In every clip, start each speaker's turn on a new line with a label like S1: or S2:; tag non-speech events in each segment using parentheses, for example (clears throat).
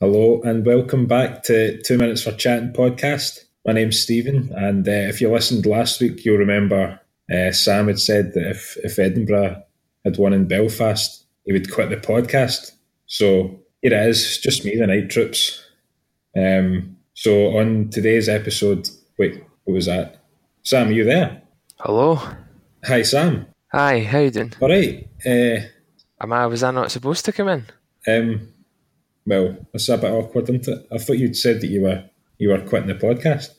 S1: Hello and welcome back to Two Minutes for Chatting podcast. My name's Stephen, and uh, if you listened last week, you'll remember uh, Sam had said that if, if Edinburgh had won in Belfast, he would quit the podcast. So here it is, just me, the night trips. Um, so on today's episode, wait, what was that? Sam, are you there?
S2: Hello.
S1: Hi, Sam.
S2: Hi, how you doing?
S1: All right. Uh,
S2: Am I was I not supposed to come in?
S1: um, well, that's a bit awkward, isn't it? I thought you'd said that you were you were quitting the podcast.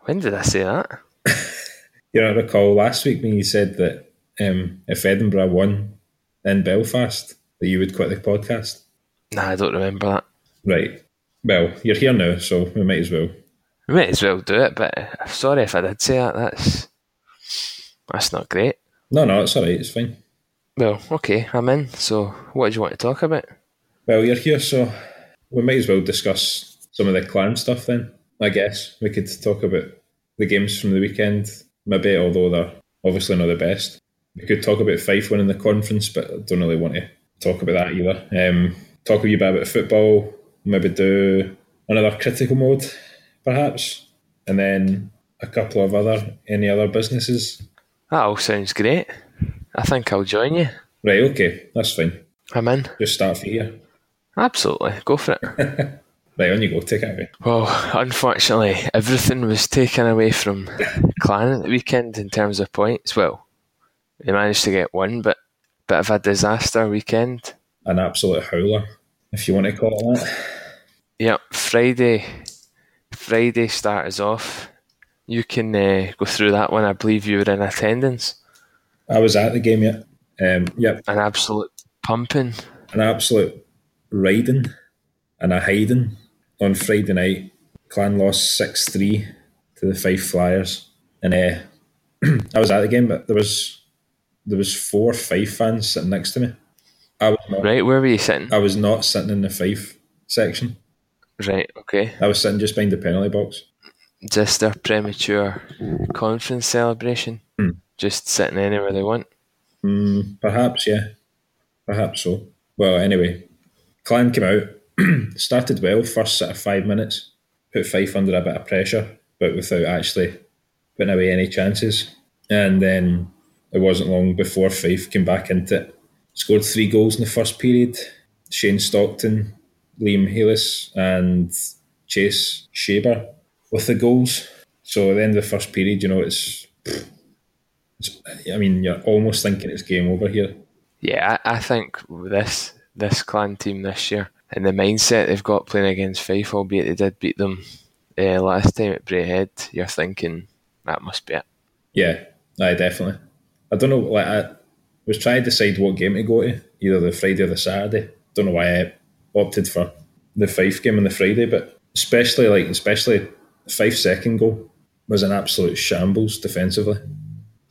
S2: When did I say that?
S1: You know, I recall last week when you said that um, if Edinburgh won in Belfast, that you would quit the podcast.
S2: Nah, I don't remember that.
S1: Right. Well, you're here now, so we might as well.
S2: We might as well do it, but uh, sorry if I did say that. That's that's not great.
S1: No, no, it's all right. It's fine.
S2: Well, okay, I'm in. So, what do you want to talk about?
S1: Well, you're here, so we might as well discuss some of the clan stuff then. I guess we could talk about the games from the weekend, maybe, although they're obviously not the best. We could talk about Fife winning the conference, but I don't really want to talk about that either. Um, talk a wee bit about football, maybe do another critical mode, perhaps, and then a couple of other any other businesses.
S2: That all sounds great. I think I'll join you.
S1: Right, okay, that's fine.
S2: I'm in.
S1: Just start from here.
S2: Absolutely, go for it.
S1: Right, on you go. Take it away.
S2: well, unfortunately, everything was taken away from Clan at the weekend in terms of points. Well, they managed to get one, but bit of a disaster weekend.
S1: An absolute howler, if you want to call it that.
S2: Yep, Friday. Friday start us off. You can uh, go through that one. I believe you were in attendance.
S1: I was at the game yet. Um, yep,
S2: An absolute pumping.
S1: an absolute riding and a hiding on Friday night. Clan lost six three to the Five Flyers, and uh, (clears throat) I was at the game, but there was there was four Fife fans sitting next to me. I was not,
S2: Right, where were you sitting?
S1: I was not sitting in the Fife section.
S2: Right, okay.
S1: I was sitting just behind the penalty box.
S2: Just their premature conference celebration. Just sitting anywhere they want.
S1: Mm, perhaps, yeah. Perhaps so. Well, anyway, Clan came out, (clears throat) started well, first set of five minutes, put Fife under a bit of pressure, but without actually putting away any chances. And then it wasn't long before Fife came back into it. Scored three goals in the first period. Shane Stockton, Liam Halis, and Chase Shaber with the goals. So at the end of the first period, you know, it's, it's I mean, you're almost thinking it's game over here.
S2: Yeah, I, I think this this clan team this year and the mindset they've got playing against Fife, albeit they did beat them uh, last time at Brayhead, you're thinking that must be it.
S1: Yeah, aye, definitely. I don't know. Like I was trying to decide what game to go to, either the Friday or the Saturday. Don't know why I opted for the Fife game on the Friday, but especially like especially Fife second goal was an absolute shambles defensively.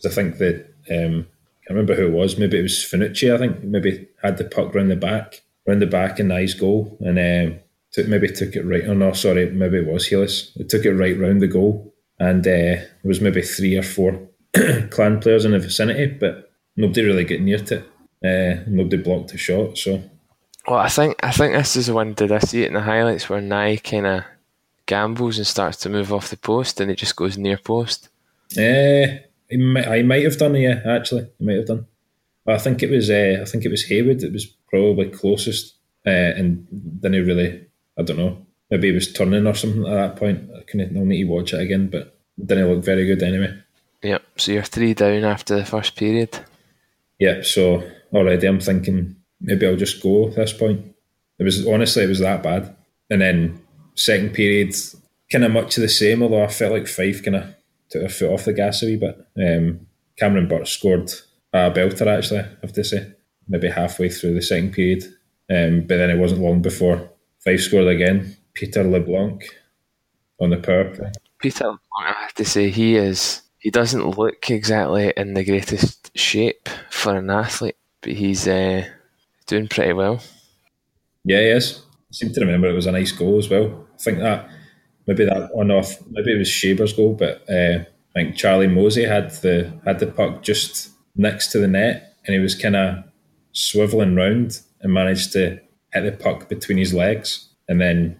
S1: 'Cause I think that um, I can't remember who it was. Maybe it was Finucci. I think maybe had the puck round the back, round the back, and nice goal, and um, took maybe took it right. Oh no, sorry, maybe it was Helis. It took it right round the goal, and uh, there was maybe three or four (clears throat) clan players in the vicinity, but nobody really got near to it. Uh, nobody blocked the shot, so
S2: Well, I think I think this is the one. Did I see it in the highlights where Nye kind of gambles and starts to move off the post, and it just goes near post?
S1: Uh, he might, I might have done, yeah, actually, he might have done. But I think it was, uh, I think it was Hayward that was probably closest, uh, and then he really, I don't know, maybe he was turning or something at that point. I couldn't, I'll need to watch it again, but didn't look very good anyway.
S2: Yep. So you're three down after the first period.
S1: Yeah, so already I'm thinking maybe I'll just go at this point. It was honestly it was that bad. And then second period, kinda much of the same, although I felt like Fife kinda took their foot off the gas a wee bit. Um, Cameron Burt scored a belter actually, I have to say. Maybe halfway through the second period. Um, but then it wasn't long before Fife scored again. Peter LeBlanc on the power play.
S2: Peter, I have to say he is. He doesn't look exactly in the greatest shape for an athlete, but he's uh, doing pretty well.
S1: Yeah, yes. I seem to remember it was a nice goal as well. I think that maybe that on off maybe it was Shaber's goal, but uh, I think Charlie Mosey had the had the puck just next to the net and he was kinda swivelling round and managed to hit the puck between his legs and then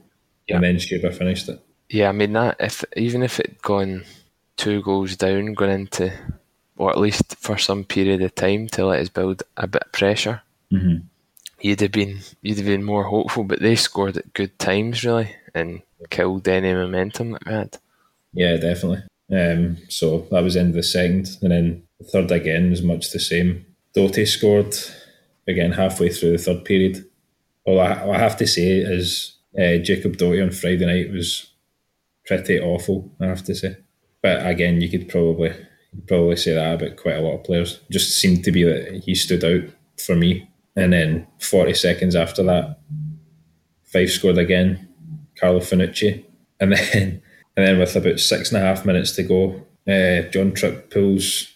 S2: Yeah.
S1: and then Sheba finished it.
S2: Yeah, I mean that if even if it gone two goals down, going into or at least for some period of time to let us build a bit of pressure,
S1: Mhm.
S2: you'd have been you'd have been more hopeful. But they scored at good times really and killed any momentum that we had.
S1: Yeah, definitely. Um, so that was the end of the second, and then the third again was much the same. Doty scored again halfway through the third period. All I, all I have to say is uh, Jacob Doty on Friday night was pretty awful. I have to say, but again, you could probably you could probably say that about quite a lot of players. Just seemed to be that he stood out for me. And then forty seconds after that, five scored again. Carlo Finucci, and then and then with about six and a half minutes to go, uh, John Tripp pulls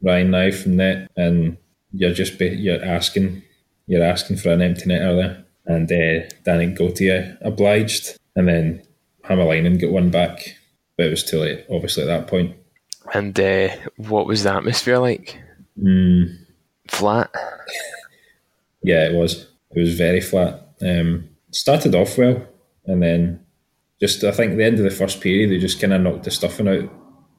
S1: Ryan Knight from net, and you're just be, you're asking you're asking for an empty net earlier, and uh, Danny Gautier obliged, and then Hammerleinen got one back, but it was too late, obviously at that point.
S2: And uh, what was the atmosphere like?
S1: Mm,
S2: Flat.
S1: yeah, it was it was very flat. Um, started off well, and then just I think the end of the first period, they just kind of knocked the stuffing out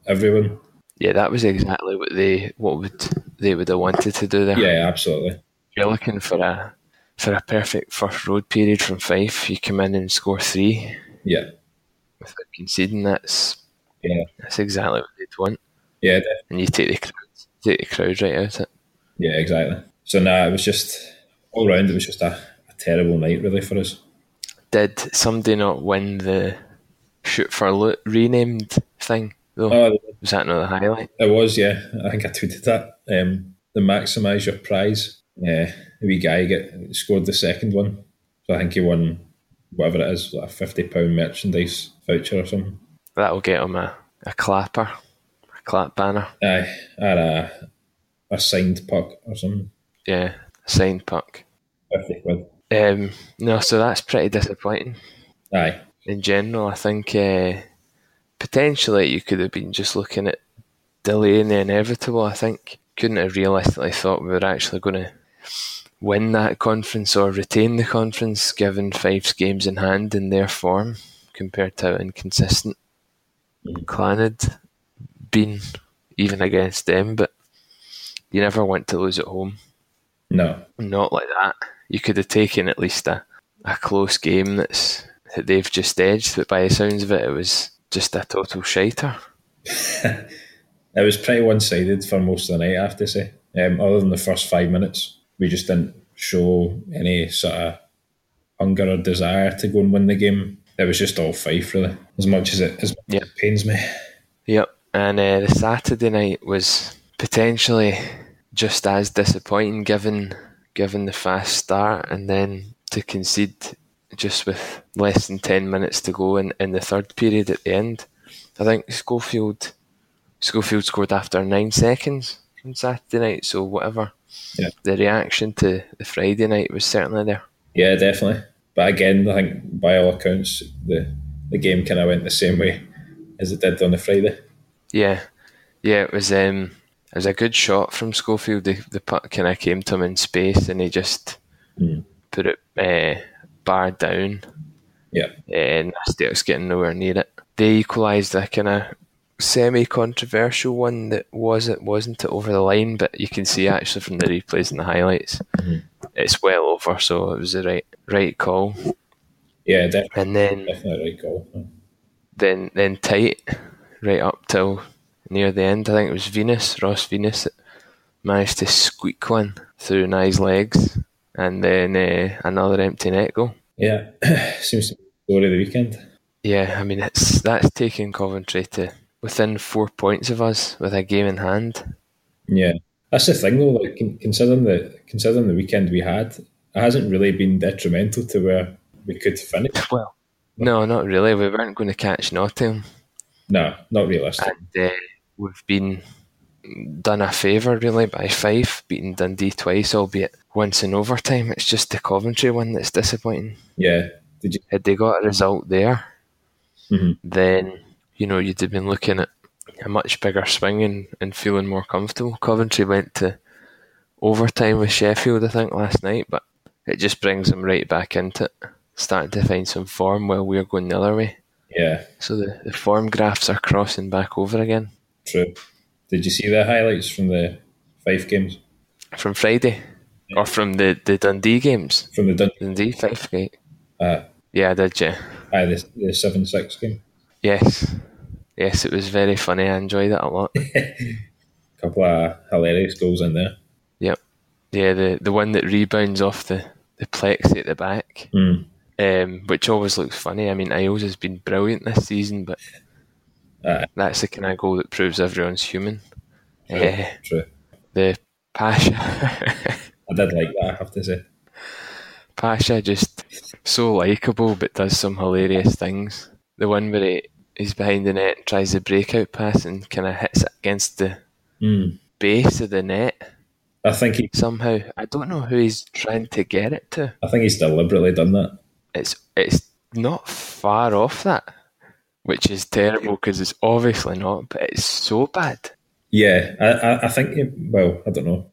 S1: everyone.
S2: Yeah, that was exactly what they what would they would have wanted to do there.
S1: Yeah, absolutely.
S2: you're looking for a for a perfect first road period from Fife, you come in and score three
S1: Yeah,
S2: without conceding. That's
S1: yeah.
S2: that's exactly what they'd want,
S1: Yeah, def-
S2: and you take the crowd, take the crowd right out of it.
S1: yeah, exactly. So nah, it was just all round. It was just a, a terrible night, really, for us.
S2: Did somebody not win the shoot for loot renamed thing though?
S1: Oh,
S2: Was that not the highlight?
S1: it was. Yeah, I think I tweeted that. Um, the maximise your prize. Yeah, the wee guy get scored the second one. So I think he won whatever it is, like a fifty pound merchandise voucher or something.
S2: That'll get him a, a clapper, a clap banner.
S1: Aye, and a, a signed puck or something.
S2: Yeah, signed puck.
S1: Fifty quid.
S2: Um, no, so that's pretty disappointing.
S1: Aye,
S2: in general, I think uh, potentially you could have been just looking at delaying the inevitable. I think couldn't have realistically thought we were actually going to win that conference or retain the conference, given Fife's games in hand in their form compared to how inconsistent Clan had been, even against them. But you never want to lose at home
S1: no,
S2: not like that. You could have taken at least a, a close game that's that they've just edged, but by the sounds of it, it was just a total shiter.
S1: It was pretty one sided for most of the night, I have to say. Um, other than the first five minutes, we just didn't show any sort of hunger or desire to go and win the game. It was just all five, really. As much as it, as much
S2: Yeah.
S1: as it pains me.
S2: Yep, and uh, the Saturday night was potentially just as disappointing, given given the fast start, and then to concede just with less than ten minutes to go in, in the third period at the end. I think Schofield Schofield scored after nine seconds on Saturday night, so whatever.
S1: Yeah.
S2: The reaction to the Friday night was certainly there.
S1: Yeah, definitely. But again, I think by all accounts, the the game kind of went the same way as it did on the Friday.
S2: Yeah, yeah, it was. Um, it was a good shot from Schofield. The, the puck kind of came to him in space, and he just put it uh, bar down, eh,
S1: Yeah,
S2: and Nastiel's getting nowhere near it. They equalised a kind of semi-controversial one that was it wasn't it over the line, but you can see actually from the replays and the highlights, it's well over. So it was the right right call,
S1: yeah, def-
S2: and then
S1: definitely right goal.
S2: then then tight right up till near the end. I think it was Venus, Ross Venus, that managed to squeak one through Nye's legs, and then uh, another empty net goal.
S1: Yeah, (coughs) seems to be the story of the weekend.
S2: Yeah, I mean it's that's taking Coventry to within four points of us with a game in hand.
S1: Yeah, that's the thing though. Like con- considering the considering the weekend we had, it hasn't really been detrimental to where we could finish.
S2: Well, no, not really. We weren't going to catch Nottingham,
S1: No, not realistic.
S2: and uh, we've been done a favour really by five, beating Dundee twice, albeit once in overtime. It's just the Coventry one that's disappointing.
S1: Yeah, did you?
S2: had they got a result there,
S1: Mhm.
S2: then you know you'd have been looking at a much bigger swing and, and feeling more comfortable. Coventry went to overtime with Sheffield, I think, last night, but it just brings them right back into it. starting to find some form while we're going the other way.
S1: Yeah,
S2: So the, the form graphs are crossing back over again
S1: true. Did you see the highlights from the five games
S2: from Friday or from the, the Dundee games.
S1: from the Dun-
S2: Dundee five gate.
S1: uh,
S2: Yeah, I did you?
S1: aye, the, the seven six game?
S2: Yes. Yes, it was very funny. I enjoyed it a lot.
S1: couple of hilarious goals in there.
S2: Yep. Yeah, the, the one that rebounds off the, the plexi at the back,
S1: Mm.
S2: um, which always looks funny. I mean, Ios has been brilliant this season, but
S1: Aye.
S2: that's the kind of goal that proves everyone's human. Eh,
S1: True.
S2: the Pasha. (laughs)
S1: I did like that. I have to say.
S2: Pasha just so likable, but does some hilarious things. The one where he, he's behind the net and tries the breakout pass and kind of hits it against the
S1: Mm.
S2: base of the net
S1: I think he,
S2: somehow. I don't know who he's trying to get it to.
S1: I think he's deliberately done that.
S2: It's it's not far off that, which is terrible because it's obviously not, but it's so bad.
S1: Yeah, I, I, I think. He, well, I don't know.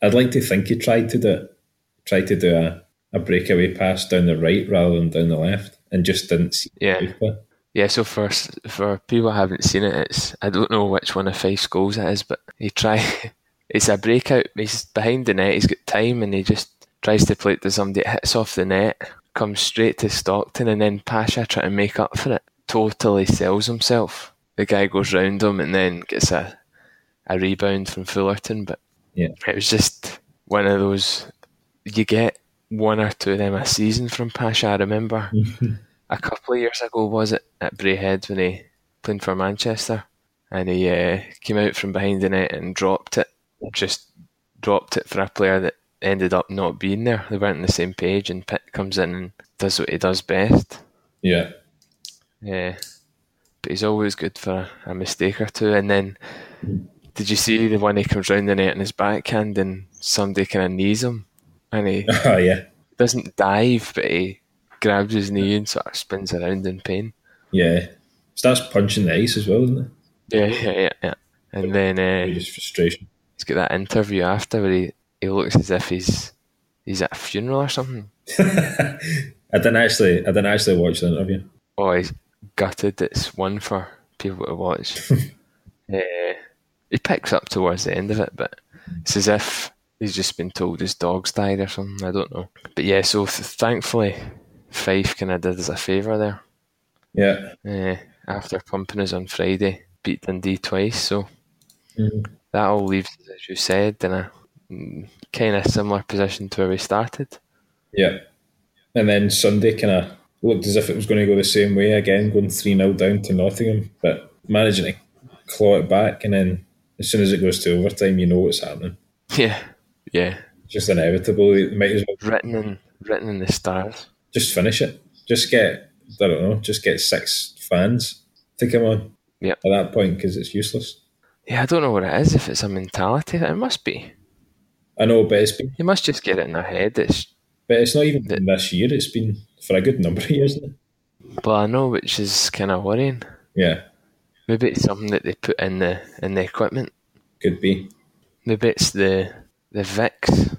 S1: I'd like to think he tried to do it. Tried to do a, a breakaway pass down the right rather than down the left, and just didn't see.
S2: Yeah.
S1: the goalkeeper.
S2: Yeah, so for s- for people who haven't seen it, it's I don't know which one of five goals it is, but he try (laughs) it's a breakout. He's behind the net. He's got time, and he just tries to play it to somebody. It hits off the net, comes straight to Stockton, and then Pasha trying to make up for it. Totally sells himself. The guy goes round him, and then gets a a rebound from Fullerton. But
S1: Yeah.
S2: it was just one of those. You get one or two of them a season from Pasha. I remember a couple of years ago, was it, at Brayhead when he played for Manchester, and he uh, came out from behind the net and dropped it, just dropped it for a player that ended up not being there. They weren't on the same page, and Pitt comes in and does what he does best.
S1: Yeah. (laughs)
S2: Yeah, but he's always good for a, a mistake or two. And then, did you see the one he comes round the net in his backhand and somebody kind of knees him, and he
S1: Oh yeah.
S2: doesn't dive, but he grabs his knee and sort of spins around in pain.
S1: Yeah. Starts punching the ice as well, doesn't it?
S2: Yeah, yeah, yeah, yeah. And then uh,
S1: Just frustration.
S2: he's got that interview after where he, he looks as if he's he's at a funeral or something.
S1: I didn't actually. I didn't actually watch the interview.
S2: Oh, he's gutted. It's one for people to watch. uh, he picks up towards the end of it, but it's as if he's just been told his dog's died or something. I don't know. But yeah, so th- thankfully, Fife kind of did us a favour there.
S1: Yeah.
S2: uh, after pumping us on Friday, beat Dundee twice. So that all leaves, us, as you said, in a kind of similar position to where we started. (laughs)
S1: Yeah. And then Sunday kind of looked as if it was going to go the same way again, going 3 0 down to Nottingham, but managing to claw it back. And then as soon as it goes to overtime, you know what's happening.
S2: Yeah, yeah.
S1: It's just inevitable. They might as well
S2: Written in written in the stars.
S1: just finish it. Just get, I don't know, just get six fans to come on
S2: Yeah.
S1: at that point because it's useless.
S2: Yeah, I don't know what it is. If it's a mentality, it must be.
S1: I know, but it's, been,
S2: You must just get it in their head. It's
S1: but it's not even been this year. It's been for a good number of years, isn't it?
S2: well, I know, which is kind of worrying.
S1: Yeah,
S2: Maybe it's something that they put in the in the equipment.
S1: could be.
S2: Maybe it's the the Vicks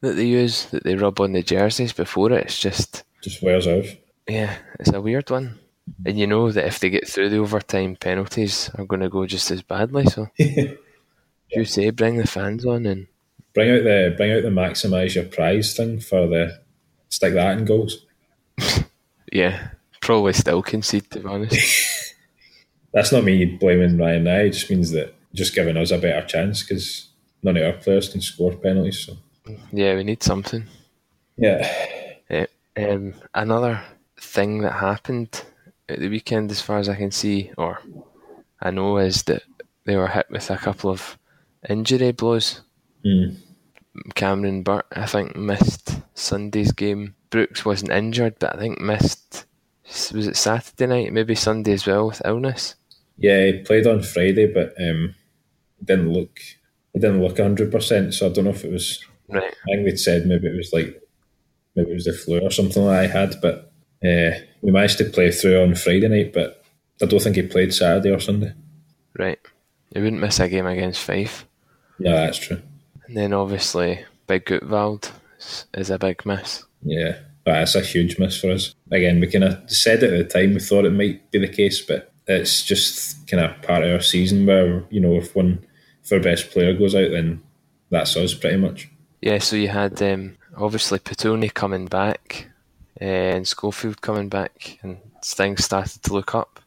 S2: that they use that they rub on the jerseys before it. It's just
S1: Just wears out.
S2: Yeah, it's a weird one. And you know that if they get through the overtime, penalties are going to go just as badly. So, you say bring the fans on, and
S1: Bring out the bring out the maximise your prize thing for the stick that in goals.
S2: yeah, probably still concede to be honest.
S1: That's not me blaming Ryan. I it just means that just giving us a better chance because none of our players can score penalties. So
S2: yeah, we need something.
S1: yeah,
S2: Yeah. Um, another thing that happened at the weekend, as far as I can see, or I know, is that they were hit with a couple of injury blows.
S1: Hmm.
S2: Cameron Burt, I think, missed Sunday's game. Brooks wasn't injured, but I think missed. Was it Saturday night? Maybe Sunday as well with illness.
S1: yeah. He played on Friday, but um, didn't look. He didn't look hundred percent. So I don't know if it was.
S2: Right.
S1: I think they'd said maybe it was like maybe it was the flu or something that I had. But uh, we managed to play through on Friday night, but I don't think he played Saturday or Sunday.
S2: Right. He wouldn't miss a game against Fife.
S1: No, that's true.
S2: And then obviously, Big Gutvald is a big miss.
S1: Yeah, that's a huge miss for us. Again, we kind of said it at the time. We thought it might be the case, but it's just kind of part of our season where you know if one if our best player goes out, then that's us pretty much.
S2: Yeah, so you had um, obviously Petone coming back uh, and Schofield coming back, and things started to look up.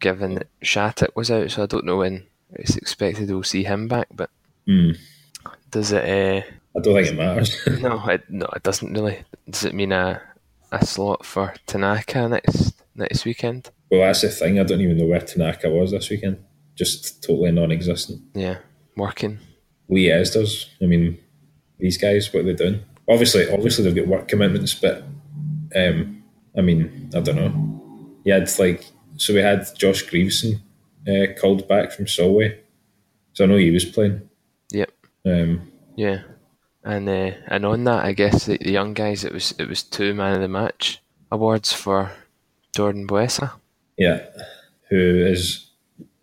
S2: Given that Shattuck was out, so I don't know when it's expected we'll see him back. But
S1: Mm.
S2: does it? Uh,
S1: I don't think it matters. (laughs)
S2: no, it, no, it doesn't really. Does it mean a a slot for Tanaka next next weekend?
S1: well, that's the thing. I don't even know where Tanaka was this weekend. Just totally non-existent.
S2: Yeah, working.
S1: Lee Esders. I mean, these guys, what are they doing? Obviously, obviously they've got work commitments, but um, I mean, I don't know. You had like so we had Josh Grieveson uh, called back from Solway, so I know he was playing.
S2: Yep.
S1: Um,
S2: Yeah, and uh, and on that, I guess the, the young guys. It was it was two man of the match awards for Jordan Buesa.
S1: yeah, who is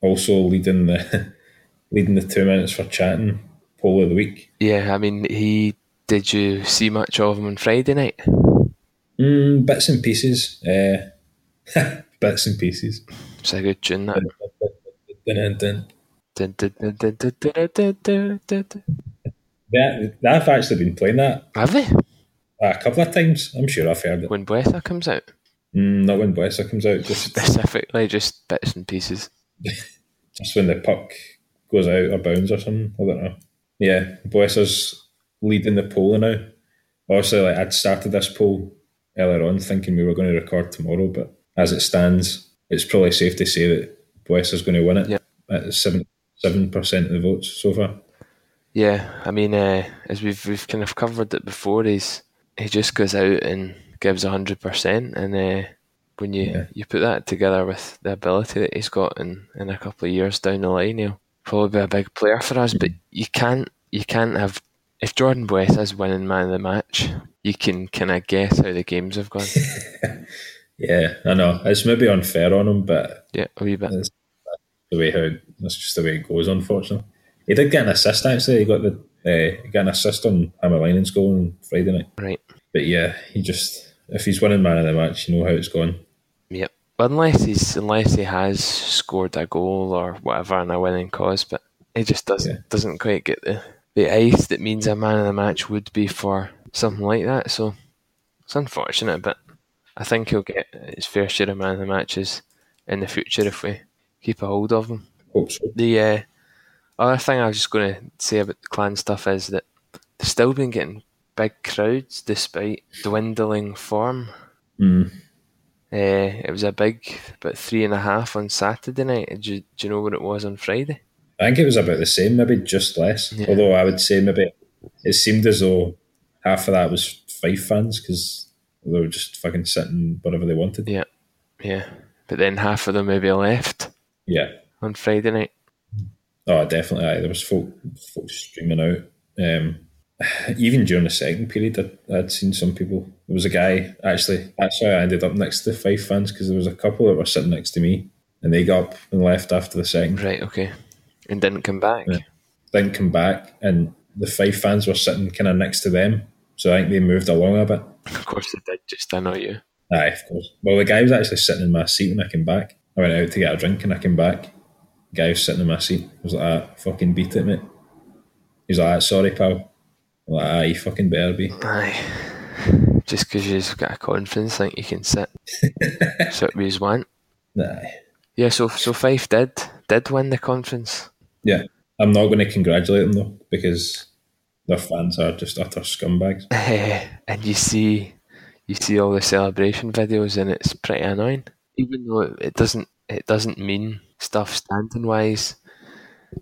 S1: also leading the (laughs) leading the two minutes for chatting poll of the week.
S2: Yeah, I mean, he did you see much of him on Friday night?
S1: Mm, bits and pieces. Uh, (laughs) bits and pieces.
S2: It's a good tune that.
S1: Dun, dun, dun.
S2: Have
S1: That I've actually been playing that
S2: they?
S1: a couple of times. I'm sure I've heard it.
S2: When Buesa comes out, (laughs)
S1: Mm, not when Blesser comes out, just
S2: specifically just bits and pieces.
S1: just when the puck goes out or bounds or something. I don't know. Yeah, Blesser's leading the poll now. Obviously, like I'd started this poll earlier on, thinking we were going to record tomorrow, but as it stands, it's probably safe to say that Blesser's going to win it
S2: Yeah.
S1: at seventy-seven percent of the votes so far.
S2: Yeah, I mean, uh, as we've we've kind of covered it before, he's he just goes out and gives hundred percent, and uh, when you,
S1: Yeah.
S2: you put that together with the ability that he's got in, in a couple of years down the line, he'll probably be a big player for us. But you can't you can't have if Jordan West is winning man of the match, you can kind of guess how the games have gone.
S1: Yeah, I know it's maybe unfair on him, but
S2: yeah, a wee bit.
S1: Yeah. the way how that's just the way it goes. Unfortunately, he did get an assist. Actually, he got the uh, he got an assist on Hammerlinen's goal on Friday night.
S2: Right.
S1: But yeah, he just if he's winning man of the match, you know how it's gone.
S2: Yep. Unless he's unless he has scored a goal or whatever in a winning cause, but he just doesn't
S1: Yeah.
S2: doesn't quite get the, the ice that means a man of the match would be for something like that. So it's unfortunate, but I think he'll get his fair share of man of the matches in the future if we keep a hold of him.
S1: Hope so.
S2: The uh, other thing I was just going to say about the clan stuff is that they've still been getting big crowds despite dwindling form.
S1: Mm.
S2: Uh, it was a big, about three and a half on Saturday night. Do you, do you know what it was on Friday?
S1: I think it was about the same, maybe just less.
S2: Yeah.
S1: Although I would say maybe it seemed as though half of that was Fife fans because they were just fucking sitting whatever they wanted.
S2: Yeah, yeah. But then half of them maybe left
S1: Yeah.
S2: on Friday night.
S1: Oh, definitely. Aye. There was folk, folk streaming out. Um, even during the second period, I'd, I'd seen some people. There was a guy, actually, that's how I ended up next to the Fife fans because there was a couple that were sitting next to me and they got up and left after the second.
S2: Right, okay. And didn't come back.
S1: Yeah. Then come back and the Fife fans were sitting kind of next to them. So I think they moved along a bit.
S2: Of course they did, just I know you.
S1: Aye, of course. Well, the guy was actually sitting in my seat when I came back. I went out to get a drink and I came back. The guy was sitting in my seat. I was like, ah, fucking beat it, mate. He's like, ah, sorry, pal. I'm like, ah, you fucking better be.
S2: Aye. Just because you've got a confidence, think you can sit. so we just want.
S1: Nah.
S2: Yeah, so so Fife did did win
S1: (laughs)
S2: the conference.
S1: Yeah. I'm not going to congratulate them, though, because their fans are just utter scumbags. (laughs)
S2: Eh, and you see you see all the celebration videos and it's pretty annoying even though it- it doesn't it doesn't mean stuff standing wise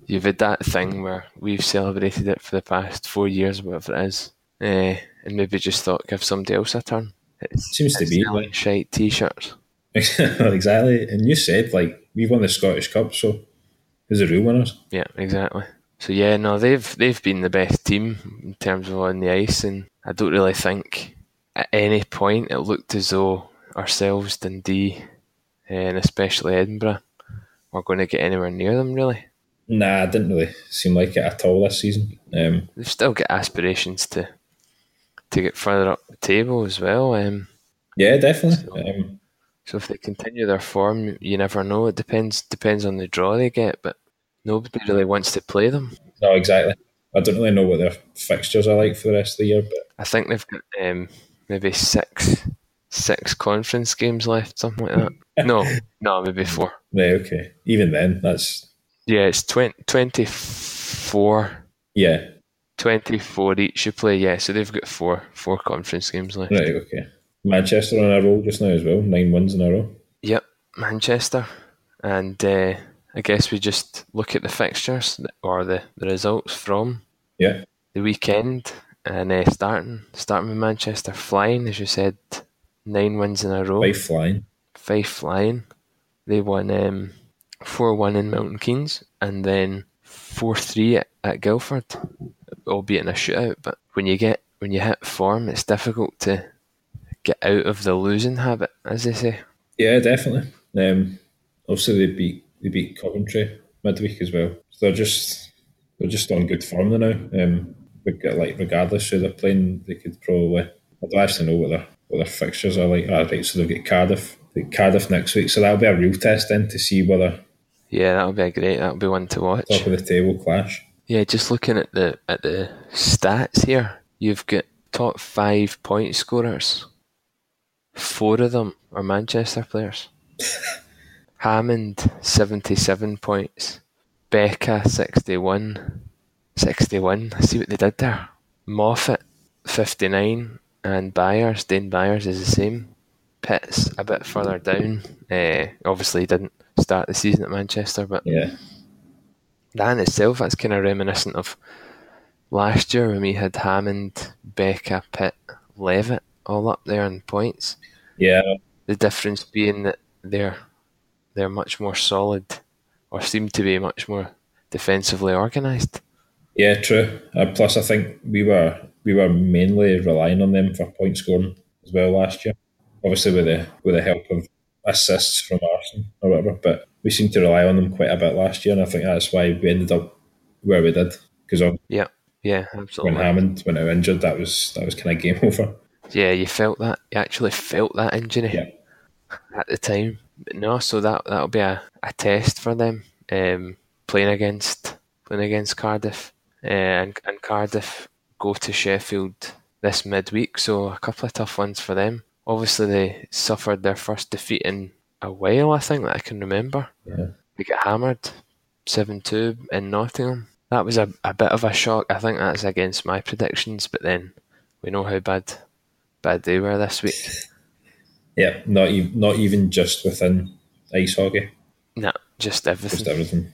S2: you've had that thing where we've celebrated it for the past four years whatever it is eh, and maybe just thought give somebody else a turn it's,
S1: Seems to
S2: it's
S1: be,
S2: selling
S1: like-
S2: shite t-shirts
S1: exactly. And you said, like, we won the Scottish Cup, so who's the real winners?
S2: yeah exactly so yeah no they've they've been the best team in terms of on the ice and I don't really think at any point it looked as though ourselves, Dundee, eh, and especially Edinburgh, were going to get anywhere near them, really.
S1: Nah, it didn't really seem like it at all this season. Um,
S2: They've still got aspirations to to get further up the table as well. Um,
S1: Yeah, definitely. Um,
S2: so if they continue their form, you never know. It depends depends on the draw they get, but nobody really wants to play them.
S1: no, exactly. I don't really know what their fixtures are like for the rest of the year, but
S2: I think they've got um, maybe six six conference games left, something like that. no, no, maybe four.
S1: yeah, okay. Even then, that's
S2: Yeah, it's 20, 24,
S1: yeah,
S2: 24 each you play. Yeah, so they've got four four conference games left.
S1: right, okay. Manchester on a roll just now as well, nine wins in a row.
S2: Yep, Manchester, and uh, I guess we just look at the fixtures th- or the, the results from
S1: Yeah,
S2: the weekend and uh, starting starting with Manchester flying as you said, nine wins in a row.
S1: by flying.
S2: Fife Flying. They won um, 4 1 in Milton Keynes and then 4 3 at, at Guildford, albeit in a shootout. But when you get when you hit form, it's difficult to get out of the losing habit, as they say.
S1: Yeah, definitely. Um, obviously they beat they beat Coventry midweek as well. So they're just they're just on good form now. Um, we get like regardless who they're playing, they could probably. I don't actually know what their what their fixtures are like. Ah, right, so they've got Cardiff, they've got Cardiff next week. So that'll be a real test then to see whether
S2: Yeah, that'll be a great. That'll be one to watch.
S1: top of the table clash.
S2: Yeah, just looking at the at the stats here, you've got top five point scorers. Four of them are Manchester players. Hammond seventy seven points. Becca 61. 61. I see what they did there. Moffat fifty nine and Byers, Dane Byers is the same. Pitts a bit further down. Uh, obviously he didn't start the season at Manchester, but
S1: Yeah,
S2: that in itself, that's kind of reminiscent of last year when we had Hammond, Becca, Pitt, Levitt all up there in points.
S1: yeah,
S2: The difference being that they're they're much more solid, or seem to be much more defensively organised.
S1: yeah. True. Uh, plus, I think we were we were mainly relying on them for point scoring as well last year. Obviously, with the with the help of assists from Arsenal or whatever, but we seemed to rely on them quite a bit last year, and I think that's why we ended up where we did. Because
S2: Yeah, yeah,
S1: when
S2: absolutely.
S1: Hammond went out injured, that was that was kind of game (laughs) over.
S2: Yeah, you felt that. You actually felt that injury
S1: Yeah.
S2: at the time. But no, so that that'll be a, a test for them. Um, playing against playing against Cardiff, uh, and and Cardiff go to Sheffield this midweek. So a couple of tough ones for them. Obviously, they suffered their first defeat in a while. I think that I can remember.
S1: Yeah.
S2: They get hammered seven two in Nottingham. That was a, a bit of a shock. I think that's against my predictions, but then we know how bad bad they were this week.
S1: Yeah, not even not even just within ice hockey,
S2: No, just everything.
S1: just everything.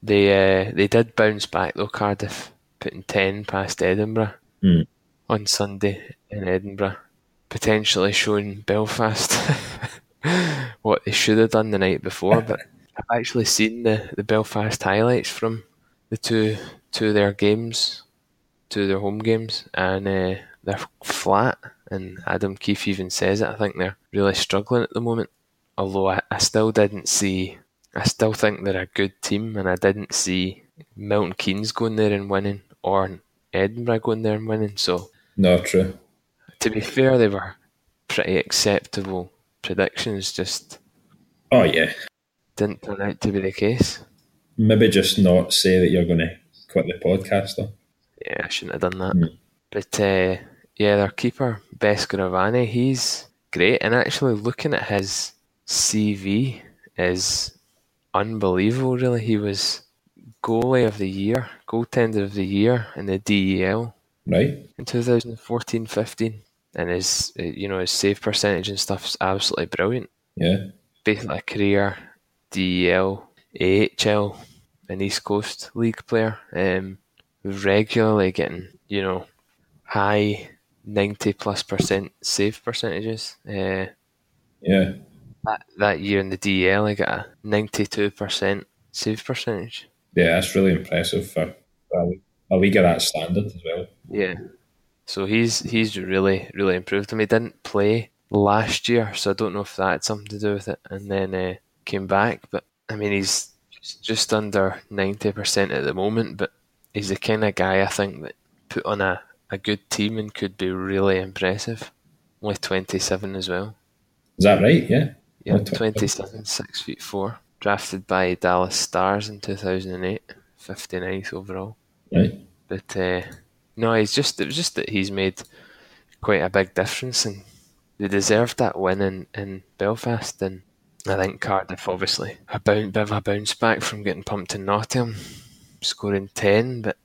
S2: They uh, they did bounce back though. Cardiff putting ten past Edinburgh
S1: Mm.
S2: on Sunday in Edinburgh, potentially showing Belfast (laughs) what they should have done the night before. But I've actually seen the, the Belfast highlights from the two two of their games, two of their home games, and uh, they're flat. And Adam Keefe even says it. I think they're really struggling at the moment. Although I, I still didn't see, I still think they're a good team, and I didn't see Milton Keynes going there and winning, or Edinburgh going there and winning. So
S1: No, true.
S2: to be fair, they were pretty acceptable predictions. Just
S1: Oh yeah,
S2: didn't turn out to be the case.
S1: maybe just not say that you're going to quit the podcast though.
S2: Yeah, I shouldn't have done that. But uh, yeah, their keeper, Bescaravani, he's great. And actually, looking at his CV is unbelievable, really. He was goalie of the year, goaltender of the year in the E DEL
S1: Right?
S2: in 2014 15. And his, uh, you know, his save percentage and stuff's absolutely brilliant.
S1: Yeah.
S2: Basically, a career E DEL, AHL, an East Coast League player, um, regularly getting you know high ninety plus percent save percentages. Uh,
S1: Yeah.
S2: that that year in the DL, I got a ninety two percent save percentage.
S1: Yeah, that's really impressive for for a league of that standard as well.
S2: Yeah. So he's he's really really improved. I mean, he didn't play last year, so I don't know if that had something to do with it. And then uh, came back, but I mean, he's just- just under ninety percent at the moment. But he's the kind of guy I think that put on a, a good team and could be really impressive. Only 27 as well.
S1: Is that right? Yeah.
S2: Yeah,
S1: Only
S2: 27, 6 feet 4. Drafted by Dallas Stars in 2008, 59th overall.
S1: Right.
S2: But uh, no, he's just it was just that he's made quite a big difference, and they deserved that win in, in Belfast. And I think Cardiff obviously a bounce, bit of a bounce back from getting pumped in Nottingham, scoring ten. But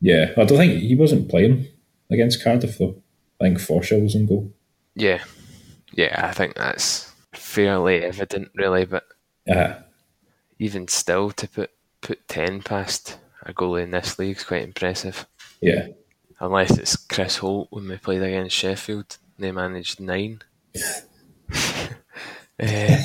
S1: Yeah. I don't think he wasn't playing against Cardiff though. I think Forshaw was in goal.
S2: yeah, yeah, I think that's fairly evident, really. But
S1: Uh,
S2: even still, to put put ten past a goalie in this league is quite impressive.
S1: yeah.
S2: Unless it's Chris Holt when we played against Sheffield, they managed nine. (laughs) Eh,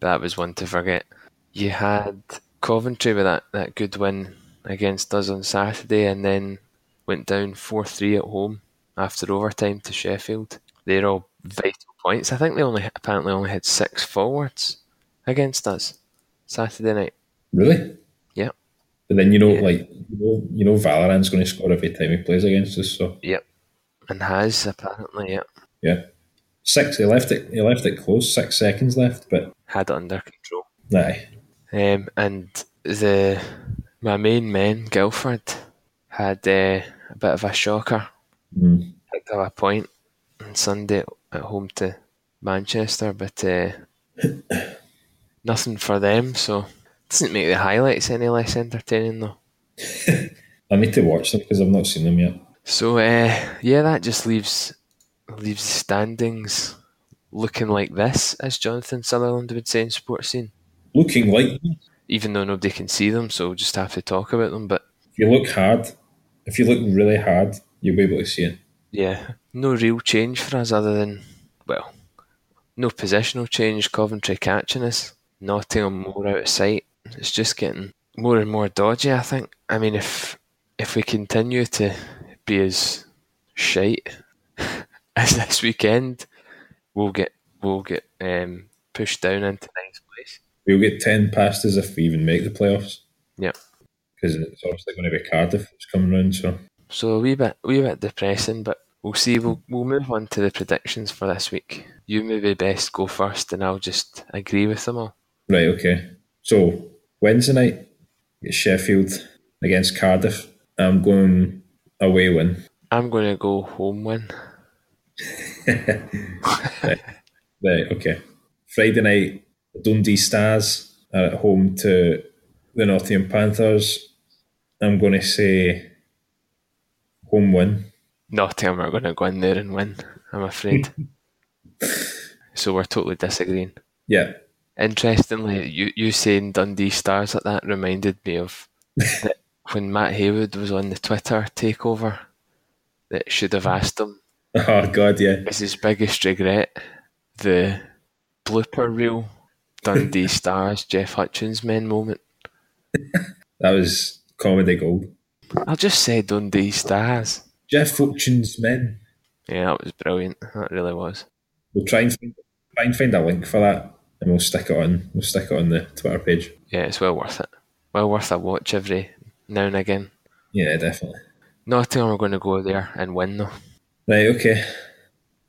S2: that was one to forget. You had Coventry with that, that good win against us on Saturday and then went down 4 3 at home after overtime to Sheffield. They're all vital points. I think they only apparently only had six forwards against us Saturday night.
S1: Really?
S2: Yep.
S1: But then you know,
S2: Yeah.
S1: like you know, you know Valorant's going to score every time he plays against us. So
S2: Yep. And has apparently, yep.
S1: yeah, six. He left it. He left it close. Six seconds left, but
S2: Had it under control.
S1: aye,
S2: Um, and the my main man Guilford had uh, a bit of a shocker.
S1: Mm.
S2: Picked up a point on Sunday at home to Manchester, but uh, (coughs) nothing for them. So doesn't make the highlights any less entertaining though.
S1: I need to watch them because I've not seen them yet.
S2: So uh, yeah, that just leaves leaves the standings looking like this, as Jonathan Sutherland would say in Sports Scene.
S1: Looking like
S2: Even though nobody can see them, so we'll just have to talk about them. But
S1: if you look hard, if you look really hard, you'll be able to see it.
S2: Yeah, no real change for us other than, well, no positional change. Coventry catching us, Nottingham more out of sight. It's just getting more and more dodgy. I think. I mean, if if we continue to be as shite (laughs) as this weekend, we'll get we'll get um, pushed down into ninth place.
S1: We'll get ten past us if we even make the playoffs
S2: Yep.
S1: because it's obviously going to be Cardiff that's coming round. So
S2: So a wee bit, wee bit depressing, but we'll see. We'll we'll move on to the predictions for this week. You maybe best go first, and I'll just agree with them all.
S1: right, okay. So Wednesday night, it's Sheffield against Cardiff. I'm going away win.
S2: I'm going to go home win.
S1: Right, okay. Friday night, the Dundee Stars are at home to the Nottingham Panthers. I'm going to say home win.
S2: Nottingham are going to go in there and win. I'm afraid. so we're totally disagreeing.
S1: Yeah, (laughs)
S2: Interestingly, you you saying Dundee Stars like that reminded me of that when Matt Haywood was on the Twitter takeover. That should have asked him
S1: Oh God, yeah.
S2: is his biggest regret the blooper reel Dundee Stars Jeff Hutchins men moment.
S1: That was comedy gold.
S2: I'll just say Dundee Stars.
S1: Jeff Fortune's men.
S2: Yeah, that was brilliant. That really was.
S1: We'll try and find, try and find a link for that, and we'll stick it on. We'll stick it on the Twitter page.
S2: Yeah, it's well worth it. Well worth a watch every now and again.
S1: Yeah, definitely.
S2: Nottingham are going to go there and win though.
S1: Right, okay.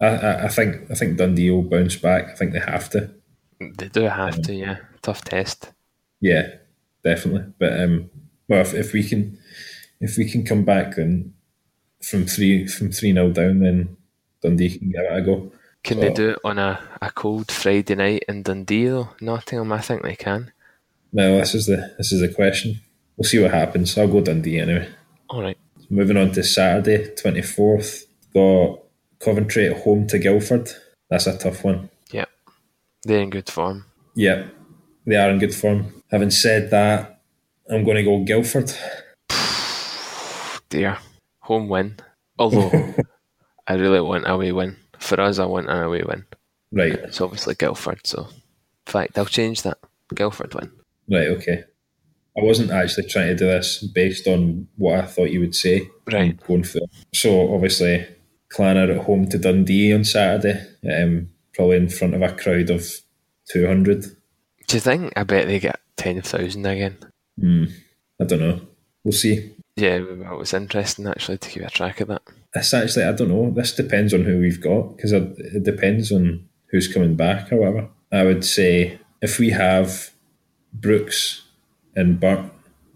S1: I, I, I think I think Dundee will bounce back. I think they have to.
S2: They do have to. Yeah, tough test.
S1: Yeah, definitely. But um, well, if, if we can, if we can come back then from three from three 0 down, then Dundee can give it a go.
S2: Can they do it on a, a cold Friday night in Dundee though? Nottingham, I think they can.
S1: No, this is the this is the question. We'll see what happens. I'll go Dundee anyway.
S2: All right.
S1: Moving on to Saturday, 24th, got Coventry at home to Guildford. That's a tough one.
S2: Yeah, they're in good form.
S1: Yep, they are in good form. Having said that, I'm going to go Guildford.
S2: dear. Home win. Although I really want an away win. For us, I want an away win.
S1: Right,
S2: It's obviously Guildford, so in fact, I'll change that. Guildford win.
S1: right, okay. I wasn't actually trying to do this based on what I thought you would say.
S2: Right.
S1: Going for So, obviously, Clanner at home to Dundee on Saturday, um, probably in front of a crowd of 200.
S2: Do you think? I bet they get ten thousand again.
S1: I don't know. We'll see.
S2: Yeah, well, it was interesting actually to keep a track of that.
S1: It's actually, I don't know. This depends on who we've got because it depends on who's coming back. However, I would say if we have Brooks and Burt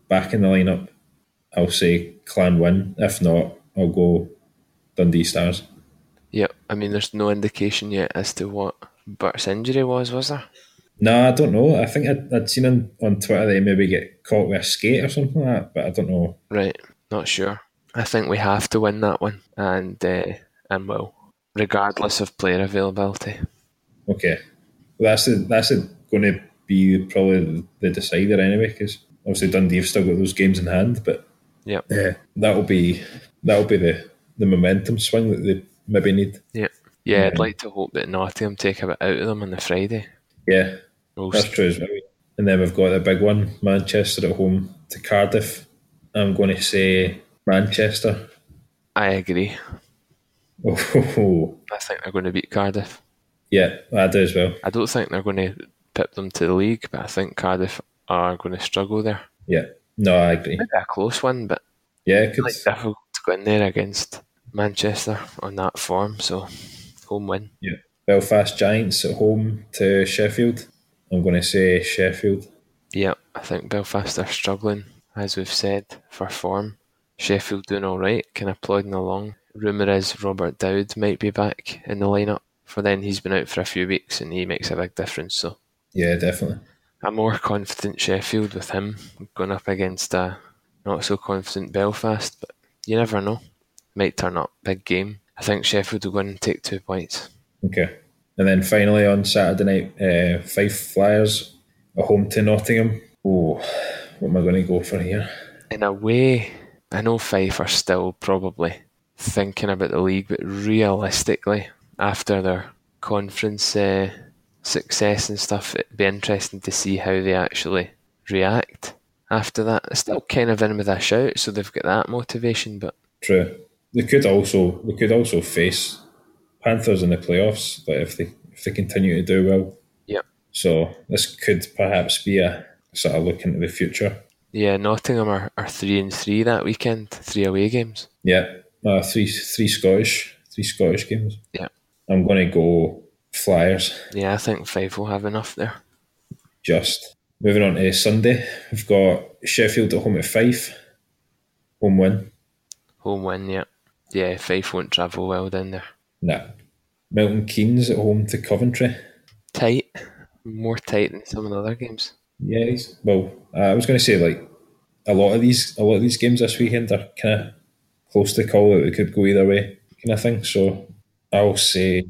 S1: back in the lineup, I'll say Clan win. If not, I'll go Dundee Stars.
S2: Yeah, I mean, there's no indication yet as to what Burt's injury was, was there?
S1: No, I don't know. I think I'd, I'd seen him on Twitter they maybe get caught with a skate or something like that, but I don't know.
S2: Right, not sure. I think we have to win that one, and uh, and will, regardless of player availability.
S1: Okay, well, that's the, that's going to be probably the decider anyway, because obviously Dundee have still got those games in hand, but
S2: Yeah,
S1: yeah, that'll be that'll be the the momentum swing that they maybe need.
S2: yeah, yeah. I'd like to hope that Nottingham take a bit out of them on the Friday.
S1: Yeah,
S2: We'll
S1: that's true as well. And then we've got the big one, Manchester at home to Cardiff. I'm going to say Manchester. (laughs)
S2: I agree.
S1: Oh,
S2: I think they're going to beat Cardiff.
S1: yeah, I do as well.
S2: I don't think they're going to pip them to the league, but I think Cardiff are going to struggle there.
S1: Yeah, no, I agree.
S2: Maybe a close one, but
S1: Yeah, could,
S2: it's difficult to go in there against Manchester on that form. So home win.
S1: yeah. Belfast Giants at home to Sheffield. I'm going to say Sheffield.
S2: Yeah, I think Belfast are struggling, as we've said, for form. Sheffield doing all right, kind of plodding along. Rumour is Robert Dowd might be back in the lineup. For then, he's been out for a few weeks and he makes a big difference. So
S1: Yeah, definitely.
S2: a more confident Sheffield with him going up against a not so confident Belfast, but you never know. Might turn up big game. I think Sheffield will go in and take two points.
S1: Okay. And then finally on Saturday night, uh, Fife Flyers at home to Nottingham. Oh, what am I going to go for here?
S2: in a way, I know Fife are still probably thinking about the league, but realistically, after their conference uh, success and stuff, it'd be interesting to see how they actually react after that. It's still kind of in with a shout, so they've got that motivation, but
S1: True. They could also they could also face Panthers in the playoffs, like if they if they continue to do well.
S2: yeah.
S1: So this could perhaps be a sort of look into the future.
S2: Yeah, Nottingham are, are three and three that weekend, three away games.
S1: Yeah. Uh, three three Scottish three Scottish games.
S2: Yeah.
S1: I'm gonna go Flyers.
S2: Yeah, I think Fife will have enough there.
S1: Just moving on to Sunday, we've got Sheffield at home at Fife. Home win.
S2: Home win, yeah. Yeah, Fife won't travel well down there.
S1: Nah. Milton Keynes at home to Coventry.
S2: Tight, more tight than some of the other games.
S1: Yeah, he's, well, uh, I was going to say like a lot of these, a lot of these games this weekend are kind of close to call that they could go either way, kind of thing. So I'll say,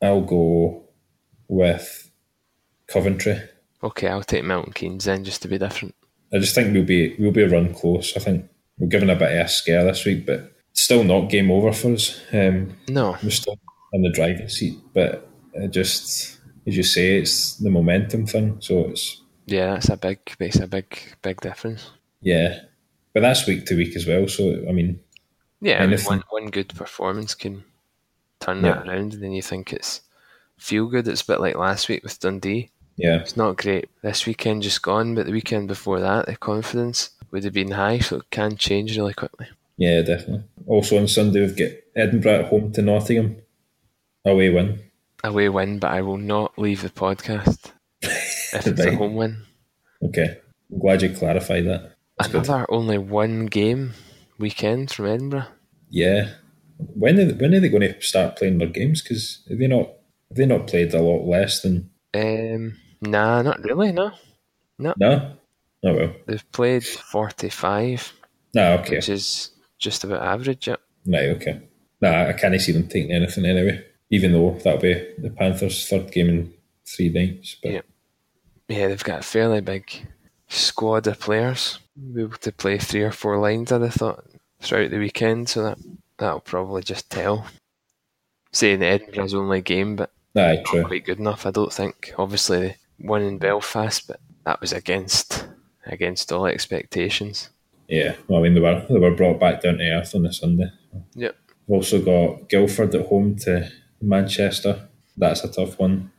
S1: I'll go with Coventry.
S2: Okay, I'll take Milton Keynes then, just to be different.
S1: I just think we'll be we'll be a run close. I think we're given a bit of a scare this week, but still not game over for us. Um,
S2: No,
S1: we're still in the driving seat, but it just as you say, it's the momentum thing. So it's
S2: yeah, that's a big, makes a big, big difference.
S1: Yeah, but that's week to week as well. So I mean,
S2: Yeah, I mean,
S1: Anything.
S2: one, one good performance can turn that around, and then you think it's feel good. It's a bit like last week with Dundee.
S1: yeah,
S2: It's not great. This weekend just gone, but the weekend before that, the confidence would have been high, so it can change really quickly.
S1: yeah, definitely. Also on Sunday we've got Edinburgh at home to Nottingham, away win.
S2: Away win, but I will not leave the podcast if it's a
S1: Right.
S2: home win.
S1: Okay, I'm glad you clarified that.
S2: Another only one game weekend from Edinburgh.
S1: Yeah, when are, when are they going to start playing their games? Because they not have they not played a lot less than
S2: Um, nah, not really. No,
S1: no. Oh well,
S2: They've played 45,
S1: no, okay,
S2: which is just about average. Yep.
S1: right, okay. Nah, I can't see them taking anything anyway. Even though that'll be the Panthers' third game in three nights, but
S2: Yeah. Yeah, they've got a fairly big squad of players. Be able to play three or four lines, I'd have thought, throughout the weekend, so that, that'll probably just tell. Saying that Edinburgh's only game, but
S1: aye,
S2: not
S1: true.
S2: quite good enough, I don't think. Obviously, they won in Belfast, but that was against against all expectations.
S1: Yeah, well, I mean they were they were brought back down to earth on the Sunday.
S2: Yep.
S1: We've also got Guildford at home to Manchester. That's a tough one.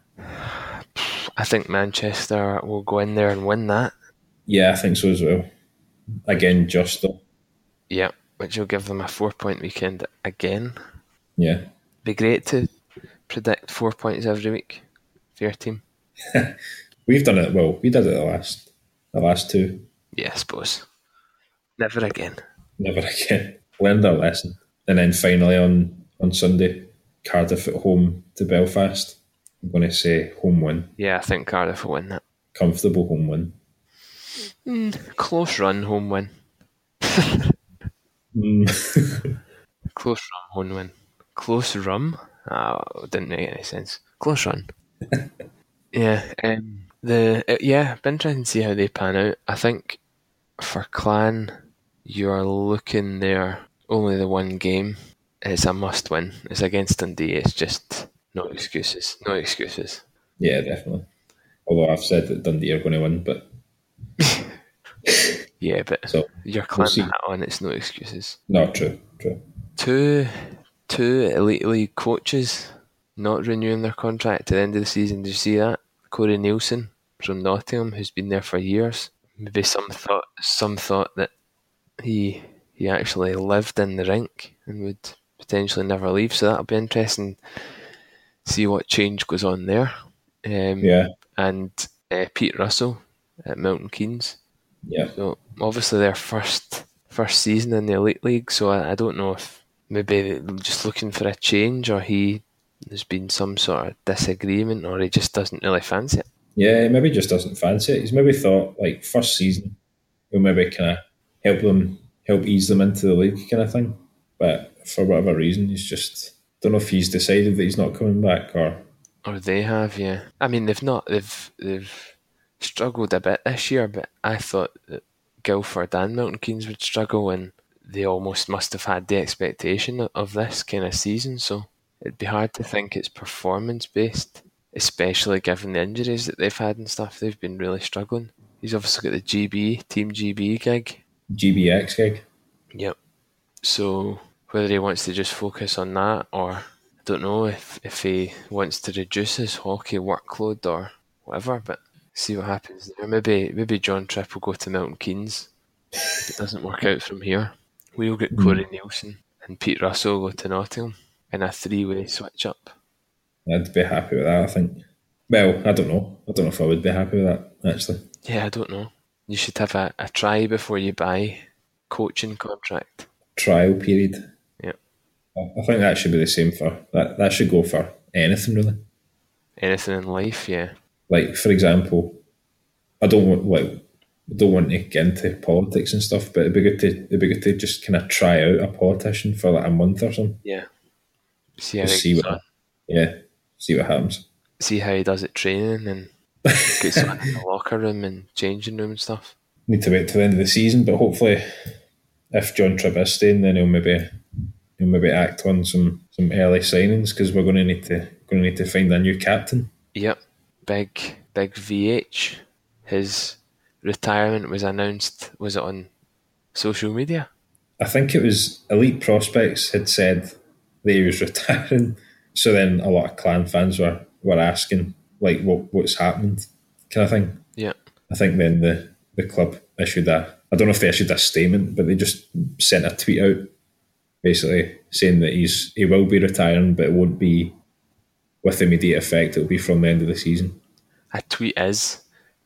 S2: I think Manchester will go in there and win that.
S1: Yeah, I think so as well. Again, just though.
S2: Yeah, which will give them a four point weekend again.
S1: Yeah.
S2: Be great to predict four points every week for your team.
S1: We've done it well. We did it the last the last two.
S2: Yeah, I suppose. Never again.
S1: Never (laughs) again. Learned our lesson. And then finally on, on Sunday, Cardiff at home to Belfast. I'm gonna say home win.
S2: Yeah, I think Cardiff will win that.
S1: Comfortable home win.
S2: Close run, home win.
S1: (laughs) Mm.
S2: Close run, home win. Close run? Ah, didn't make any sense.
S1: (laughs)
S2: Close run. yeah, um, the uh, yeah, been interesting to see how they pan out. I think for Clan, you are looking there only the one game. It's a must win. It's against Dundee. It's just no excuses. No excuses.
S1: yeah, definitely. Although I've said that Dundee are gonna win, but
S2: Yeah, but
S1: so
S2: your clan
S1: see.
S2: hat on. It's no excuses.
S1: no true, true.
S2: two two elite league coaches not renewing their contract at the end of the season. Did you see that? Corey Nielsen from Nottingham, who's been there for years. Maybe some thought some thought that he he actually lived in the rink and would potentially never leave. So that'll be interesting. to See what change goes on there. Um,
S1: Yeah.
S2: And uh, Pete Russell at Milton Keynes.
S1: Yeah.
S2: So obviously their first first season in the elite league. So I, I don't know if maybe they're just looking for a change, or he there's been some sort of disagreement, or he just doesn't really fancy it.
S1: Yeah, he maybe just doesn't fancy it. He's maybe thought like first season, he'll maybe kind of help them, help ease them into the league kind of thing. But for whatever reason, he's just don't know if he's decided that he's not coming back or
S2: Or they have, yeah. I mean, they've not they've they've struggled a bit this year, but I thought that Guildford and Milton Keynes would struggle, and they almost must have had the expectation o- of this kind of season. So it'd be hard to think it's performance based, especially given the injuries that they've had and stuff. They've been really struggling. He's obviously got the GB team GB gig.
S1: GBX gig.
S2: Yep. So whether he wants to just focus on that or I don't know if, if he wants to reduce his hockey workload or whatever, but see what happens there. Maybe maybe John Tripp will go to Milton Keynes. If it doesn't work out from here. We'll get
S1: Hmm.
S2: Corey Nielsen and Pete Russell will go to Nottingham in a three way switch up.
S1: I'd be happy with that. I think. Well, I don't know. I don't know if I would be happy with that actually.
S2: Yeah, I don't know. You should have a, a try before you buy coaching contract.
S1: Trial period.
S2: Yep.
S1: I I think that should be the same for that. That should go for anything really.
S2: Anything in life, yeah.
S1: like for example, I don't want like I don't want to get into politics and stuff, but it'd be good to it'd be good to just kind of try out a politician for like a month or something.
S2: Yeah. See how
S1: Just
S2: it
S1: see
S2: goes
S1: what
S2: on.
S1: yeah, see what happens.
S2: see how he does at training and gets on in the locker room and changing room and stuff.
S1: Need to wait till the end of the season, but hopefully, if John Tripp is staying, then he'll maybe he'll maybe act on some some early signings because we're going to need to going to need to find a new captain.
S2: Yep. Big big VH. His retirement was announced was it on social media?
S1: I think it was Elite Prospects had said that he was (laughs) retiring. So then a lot of clan fans were, were asking, like, what what's happened, kind of thing.
S2: Yep.
S1: I think then the, the club issued a, I don't know if they issued a statement, but they just sent a tweet out basically saying that he's he will be retiring, but it won't be with immediate effect. It'll be from the end of the season.
S2: A tweet is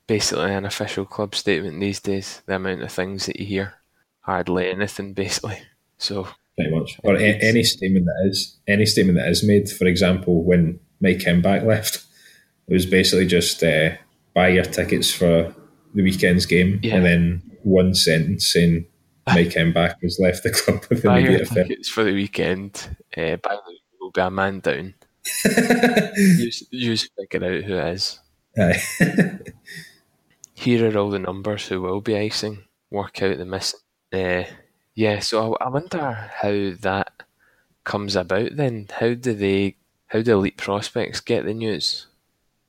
S2: basically an official club statement these days, the amount of things that you hear. Hardly anything basically. So
S1: pretty much. Or a- any statement that is any statement that is made. For example, when Mike Hemback left, it was basically just uh, buy your tickets for the weekend's game,
S2: Yeah.
S1: and then one sentence saying Mike Hemback has left the club with
S2: buy your
S1: immediate effect.
S2: tickets for the weekend. Uh, by the way, will be a man down. you, you figure out who it is.
S1: Aye.
S2: here are all the numbers who will be icing, work out the missing. Uh, yeah, so I, I wonder how that comes about then. How do they, how do elite prospects get the news?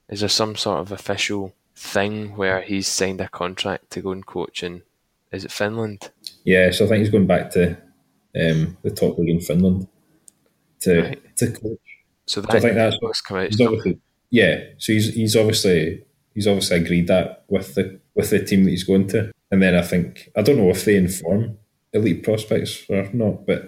S2: Is there some sort of official thing where he's signed a contract to go and coach in, is it Finland?
S1: yeah, so I think he's going back to um, the top league in Finland to
S2: Right.
S1: to coach.
S2: So
S1: So I
S2: that
S1: think that's
S2: must come out.
S1: he's obviously yeah. So he's he's obviously he's obviously agreed that with the with the team that he's going to, and then I think I don't know if they inform elite prospects or not, but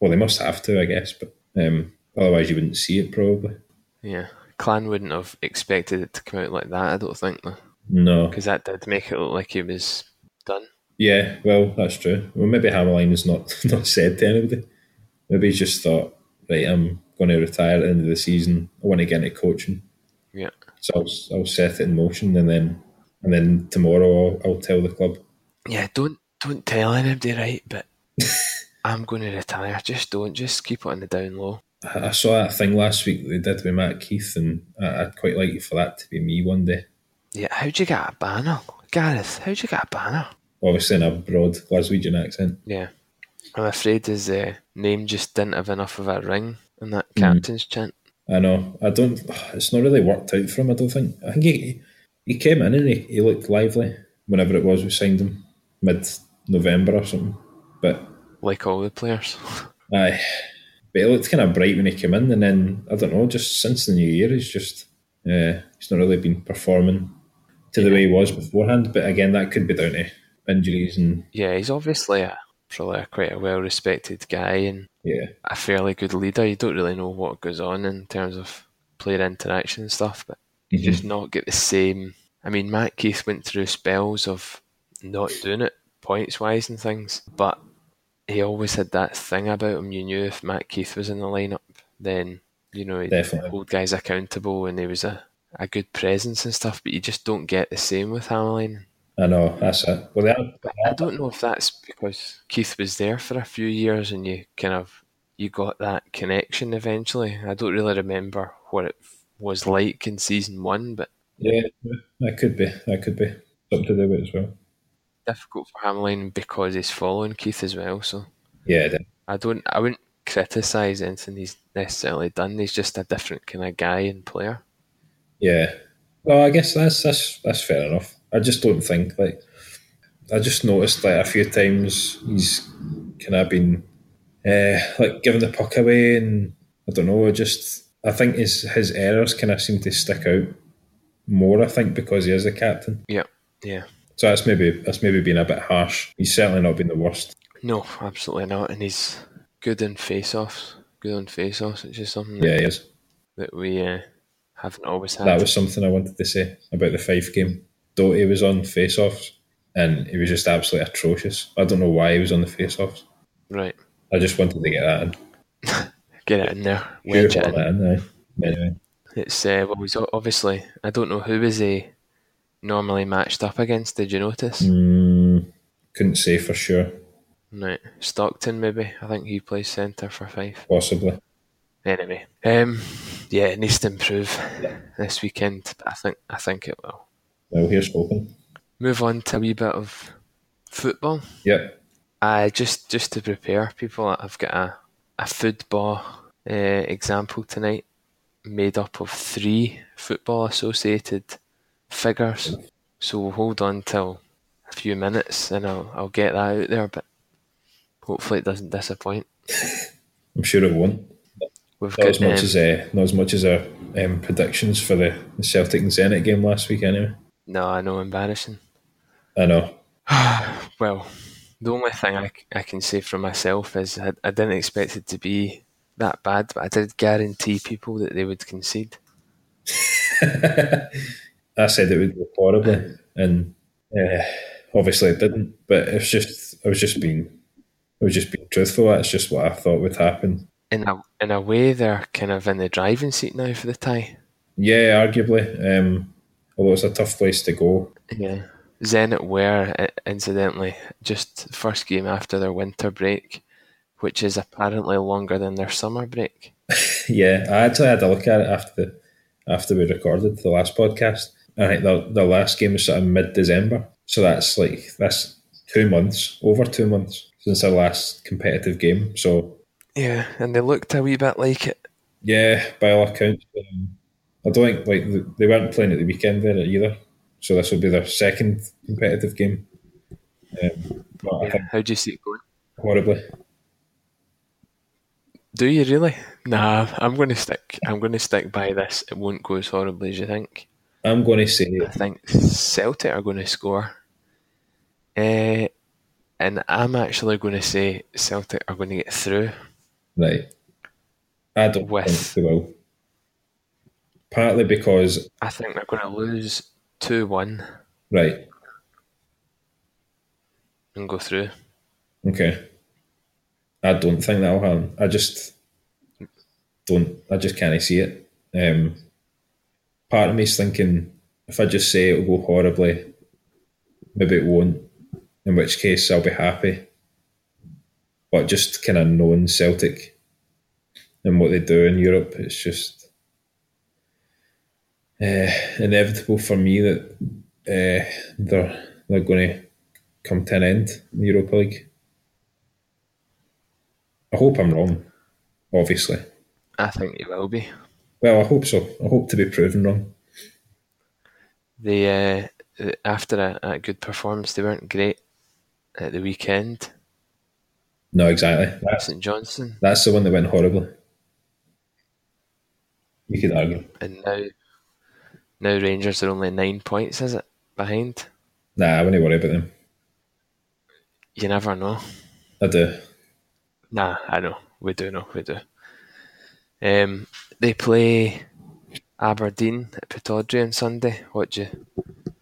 S1: well, they must have to, I guess. But um, otherwise, you wouldn't see it probably.
S2: Yeah. Clan wouldn't have expected it to come out like that, I don't think, though.
S1: No.
S2: Because that did make it look like it was done.
S1: Yeah, well, that's true. Well, maybe Hammerline's not (laughs) not said to anybody. Maybe he's just thought, right, I'm going to retire at the end of the season. I want to get into coaching,
S2: Yeah.
S1: so I'll, I'll set it in motion, and then and then tomorrow I'll, I'll tell the club.
S2: Yeah, don't don't tell anybody, right? But I'm going to retire. Just don't. Just keep it on the down low.
S1: I I saw that thing last week they did with Matt Keith, and I- I'd quite like for that to be me one day.
S2: Yeah, how'd you get a banner? Gareth, how'd you get a banner?
S1: Obviously, in a broad Glaswegian accent.
S2: Yeah. I'm afraid his uh, name just didn't have enough of a ring in that captain's chant.
S1: I know. I don't. (sighs) It's not really worked out for him. I don't think. I think he he came in and he, he looked lively whenever it was we signed him mid November or something. But
S2: Like all the players. (laughs)
S1: aye, but he looked kind of bright when he came in, and then I don't know. Just since the new year, he's just uh, he's not really been performing to the way he was beforehand. But again, that could be down to injuries and
S2: yeah, he's obviously a, probably a quite a well respected guy and
S1: yeah.
S2: a fairly good leader. You don't really know what goes on in terms of player interaction and stuff, but you just not get the same. I mean, Matt Keith went through spells of not doing it points wise and things, but he always had that thing about him. You knew if Matt Keith was in the lineup, then you know he'd
S1: Definitely.
S2: hold guys accountable, and he was a, a good presence and stuff. But you just don't get the same with Hamline.
S1: I know that's it. Well, they are,
S2: But I don't know if that's because Keith was there for a few years and you kind of you got that connection eventually. I don't really remember what it was like in season one, but
S1: yeah, that could be. That could be up to do with it as well.
S2: difficult for Hamline because he's following Keith as well. So
S1: Yeah, de-
S2: I don't, I wouldn't criticize anything he's necessarily done. He's just a different kind of guy and player.
S1: Yeah. Well, I guess that's that's that's fair enough. I just don't think like I just noticed like a few times he's kind of been uh, like giving the puck away, and I don't know. I just I think his his errors kind of seem to stick out more. I think because he is the captain,
S2: Yeah, yeah.
S1: so that's maybe that's maybe been a bit harsh. He's certainly not been the worst.
S2: No, absolutely not. And he's good in face-offs. Good on face-offs, which is something
S1: Yeah, he is.
S2: that we uh, haven't always had.
S1: That was something I wanted to say about the five game. Doty was on face offs, and he was just absolutely atrocious. I don't know why he was on the face offs.
S2: right.
S1: I just wanted to get that in.
S2: Get it in there. Wedge it in.
S1: that in there. Anyway,
S2: It's uh, well, he's o- obviously. I don't know who is he normally matched up against. Did you notice?
S1: mm, couldn't say for sure.
S2: Right, Stockton maybe. I think he plays centre for five.
S1: Possibly.
S2: Anyway, um, yeah, it needs to improve this weekend. But I think I think it will.
S1: Well, here's hoping.
S2: Move on to a wee bit of football.
S1: Yep.
S2: I just just to prepare people, I've got a a football uh, example tonight, made up of three football associated figures. So we'll hold on till a few minutes, and I'll I'll get that out there. But hopefully, it doesn't disappoint.
S1: I'm sure it won't.
S2: We've
S1: Not as
S2: got
S1: much
S2: um,
S1: as uh, not as much as our um, predictions for the Celtic and Zenit game last week. Anyway,
S2: um, no, I know, embarrassing.
S1: I know.
S2: Well, the only thing I, c- I can say for myself is I, I didn't expect it to be that bad, but I did guarantee people that they would concede.
S1: I said it would go horribly, and uh, obviously it didn't. But it's just I was just being I was just being truthful. That's just what I thought would happen.
S2: in a in a way they're kind of in the driving seat now for the tie.
S1: Yeah, arguably. Um, although it's a tough place to go.
S2: Yeah. Zenit were i- incidentally just first game after their winter break, which is apparently longer than their summer break.
S1: Yeah, I actually had a look at it after the after we recorded the last podcast. I think the the last game was sort of mid December, so that's like that's two months, over two months since our last competitive game. So
S2: Yeah, and they looked a wee bit like it.
S1: yeah, by all accounts, um, I don't think like th- they weren't playing at the weekend there either. So this will be their second competitive game. Um, but I think
S2: How do you see it going?
S1: horribly.
S2: Do you really? Nah, I'm going to stick. I'm going to stick by this. It won't go as horribly as you think.
S1: I'm going to say
S2: I think Celtic are going to score. Uh, and I'm actually going to say Celtic are going to get through.
S1: Right. I don't
S2: With-
S1: think they will. Partly because
S2: I think they're going to lose 2 1
S1: right,
S2: and go through.
S1: okay. I don't think that'll happen. I just don't. I just can't see it. Um, part of me's thinking if I just say it'll go horribly, maybe it won't. In which case, I'll be happy. But just kind of knowing Celtic and what they do in Europe, it's just uh, inevitable for me that uh, they're they're going to come to an end in the Europa League. I hope I'm wrong, obviously.
S2: I think it will be.
S1: Well, I hope so. I hope to be proven wrong.
S2: They, uh, after a, a good performance, they weren't great at the weekend.
S1: No, exactly. That's,
S2: St Johnson,
S1: that's the one that went horribly. You could argue.
S2: and now, now Rangers are only nine points, is it? Behind.
S1: Nah, I wouldn't worry about them.
S2: You never know.
S1: I do.
S2: Nah, I know. We do know. We do. Um, they play Aberdeen at Pittodrie on Sunday. What do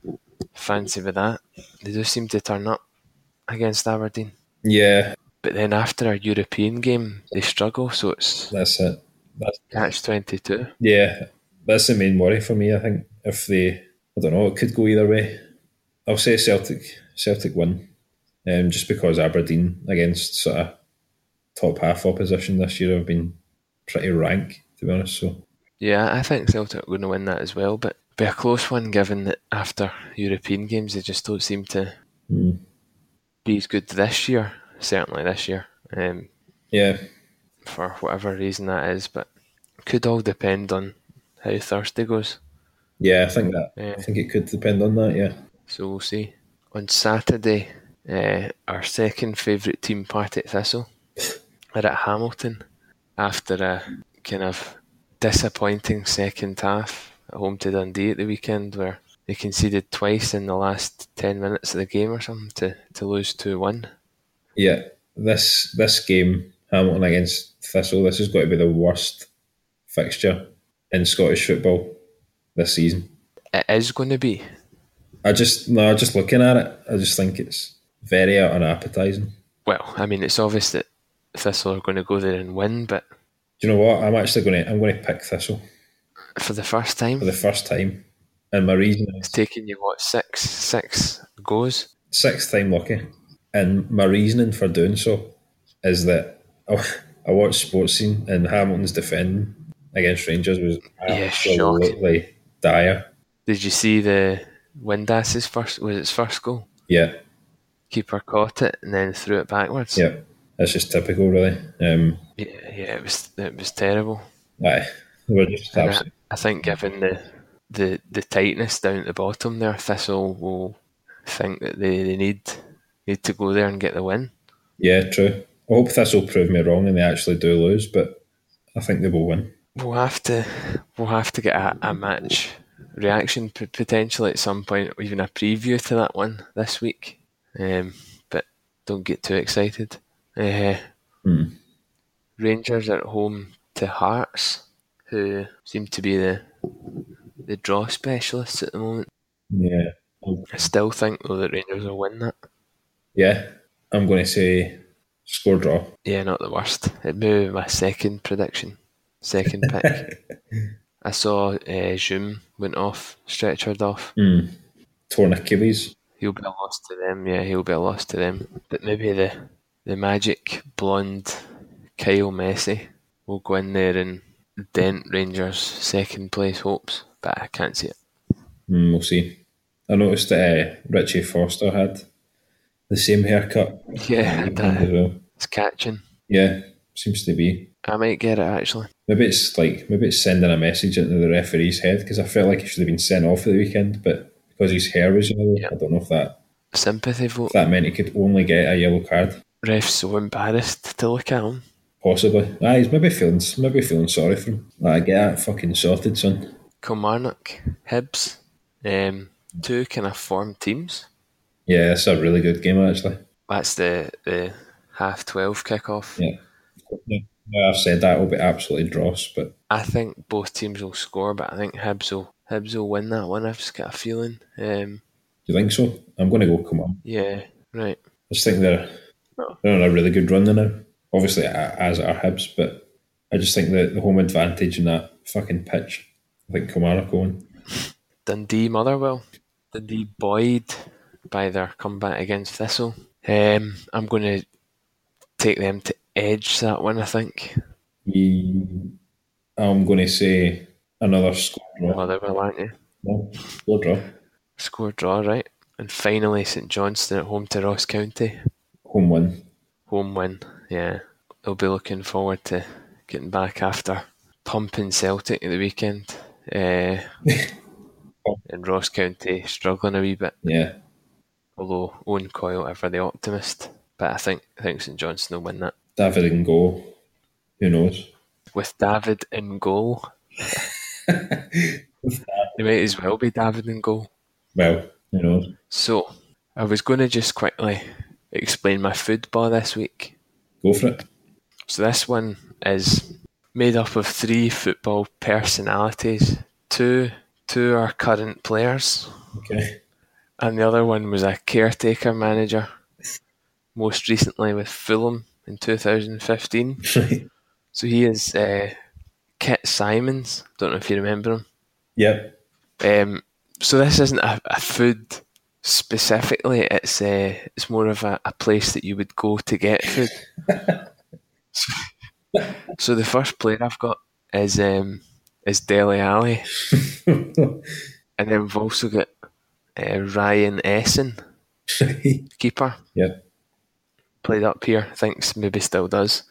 S2: you fancy with that? They do seem to turn up against Aberdeen,
S1: Yeah,
S2: but then after a European game, they struggle. So it's
S1: that's it. That's,
S2: catch twenty two.
S1: yeah, that's the main worry for me. I think if they, I don't know, it could go either way. I'll say Celtic, Celtic win, um, just because Aberdeen against sort of top half opposition this year have been pretty rank, to be honest. So
S2: Yeah, I think Celtic are going to win that as well, but be a close one given that after European games they just don't seem to
S1: Mm.
S2: be as good this year. Certainly this year, um,
S1: yeah,
S2: for whatever reason that is, but could all depend on how Thursday goes.
S1: yeah, I think that.
S2: Yeah.
S1: I think it could depend on that. Yeah,
S2: So we'll see. On Saturday, uh, our second favourite team, Partick Thistle, are at Hamilton after a kind of disappointing second half at home to Dundee at the weekend where they conceded twice in the last 10 minutes of the game or something to, to lose 2 1.
S1: yeah. This this game Hamilton against Thistle. This has got to be the worst fixture in Scottish football this season.
S2: It is going to be.
S1: I just no, just looking at it, I just think it's very unappetizing.
S2: Well, I mean, it's obvious that Thistle are going to go there and win, but
S1: Do you know what? I'm actually going to I'm going to pick Thistle
S2: for the first
S1: for
S2: time,
S1: the first time, and my reason
S2: it's
S1: is
S2: taken you, what, six, six goes?
S1: sixth time lucky, and my reasoning for doing so is that I, (laughs) I watched Sports Scene and Hamilton's defending against Rangers was
S2: Yeah, shocking.
S1: absolutely dire.
S2: Did you see the Windas's first was its first goal?
S1: Yeah,
S2: Keeper caught it and then threw it backwards.
S1: yeah, that's just typical, really. Um,
S2: yeah, yeah, it was it was terrible.
S1: aye, they we're just
S2: And I,
S1: absolutely
S2: I think given the, the the tightness down at the bottom there, Thistle will think that they, they need need to go there and get the win.
S1: yeah, true. I hope Thistle prove me wrong and they actually do lose, but I think they will win.
S2: We'll have to we'll have to get a, a match reaction p- potentially at some point, or even a preview to that one this week. Um, but don't get too excited. Uh,
S1: Hmm.
S2: Rangers are at home to Hearts, who seem to be the the draw specialists at the moment.
S1: Yeah. Um,
S2: I still think though that Rangers will win that.
S1: Yeah, I'm going to say score draw.
S2: Yeah, not the worst. It may be my second prediction, second pick. I saw uh, Zoom went off, stretchered off.
S1: Torn Achilles.
S2: He'll be a loss to them. Yeah, he'll be a loss to them. But maybe the the magic blonde Kyle Messi will go in there and dent Rangers' second place hopes. But I can't see it.
S1: Mm, we'll see. I noticed that uh, Richie Foster had the same haircut.
S2: Yeah,
S1: as
S2: that,
S1: well.
S2: it's catching.
S1: Yeah, seems to be.
S2: I might get it actually.
S1: Maybe it's like maybe it's sending a message into the referee's head because I felt like he should have been sent off at the weekend, but because his hair was yellow, I don't know if that
S2: Sympathy vote.
S1: if that meant he could only get a yellow card.
S2: Ref's so embarrassed to look at him.
S1: Possibly. Ah, he's maybe feeling maybe feeling sorry for him. Like, get that fucking sorted, son.
S2: Kilmarnock, Hibs, um, two kind of form teams.
S1: Yeah, that's a really good game actually.
S2: That's the, the half 12 kickoff.
S1: Yeah. Yeah, I've said that will be absolutely dross, but
S2: I think both teams will score, but I think Hibs will, Hibs will win that one. I've just got a feeling. Um,
S1: do you think so? I'm going to go. Come on,
S2: yeah, right.
S1: I just think they're
S2: Oh.
S1: they're on a really good run there now. Obviously, a- as are Hibs, but I just think that the home advantage in that fucking pitch. I think Kilmarnock going.
S2: Dundee Motherwell. Dundee buoyed by their comeback against Thistle. Um, I'm going to take them to edge that one, I think.
S1: I'm going to say another score draw.
S2: Motherwell, aren't you?
S1: No, score draw.
S2: Score draw, right? And finally, St Johnston at home to Ross County.
S1: Home win.
S2: Home win, yeah. They'll be looking forward to getting back after pumping Celtic at the weekend. Uh, and Ross County struggling a wee bit.
S1: Yeah,
S2: although Owen Coyle ever the optimist. But I think I think St Johnson will win that.
S1: David and go. Who knows?
S2: With David in goal. They might as well be David in goal.
S1: Well, who knows?
S2: So I was gonna just quickly explain my food bar this week.
S1: Go for it.
S2: So this one is made up of three football personalities. Two two are current players
S1: Okay. (laughs)
S2: and the other one was a caretaker manager. Most recently with Fulham in two thousand fifteen. So he is uh, Kit Simons. Don't know if you remember him.
S1: yep. (laughs)
S2: Um, so this isn't a, a food specifically. It's uh, it's more of a, a place that you would go to get food. so, so the first player I've got is um, is Deli Alley, and then we've also got uh, Ryan Essen, keeper.
S1: yep.
S2: played up here, thinks maybe still does.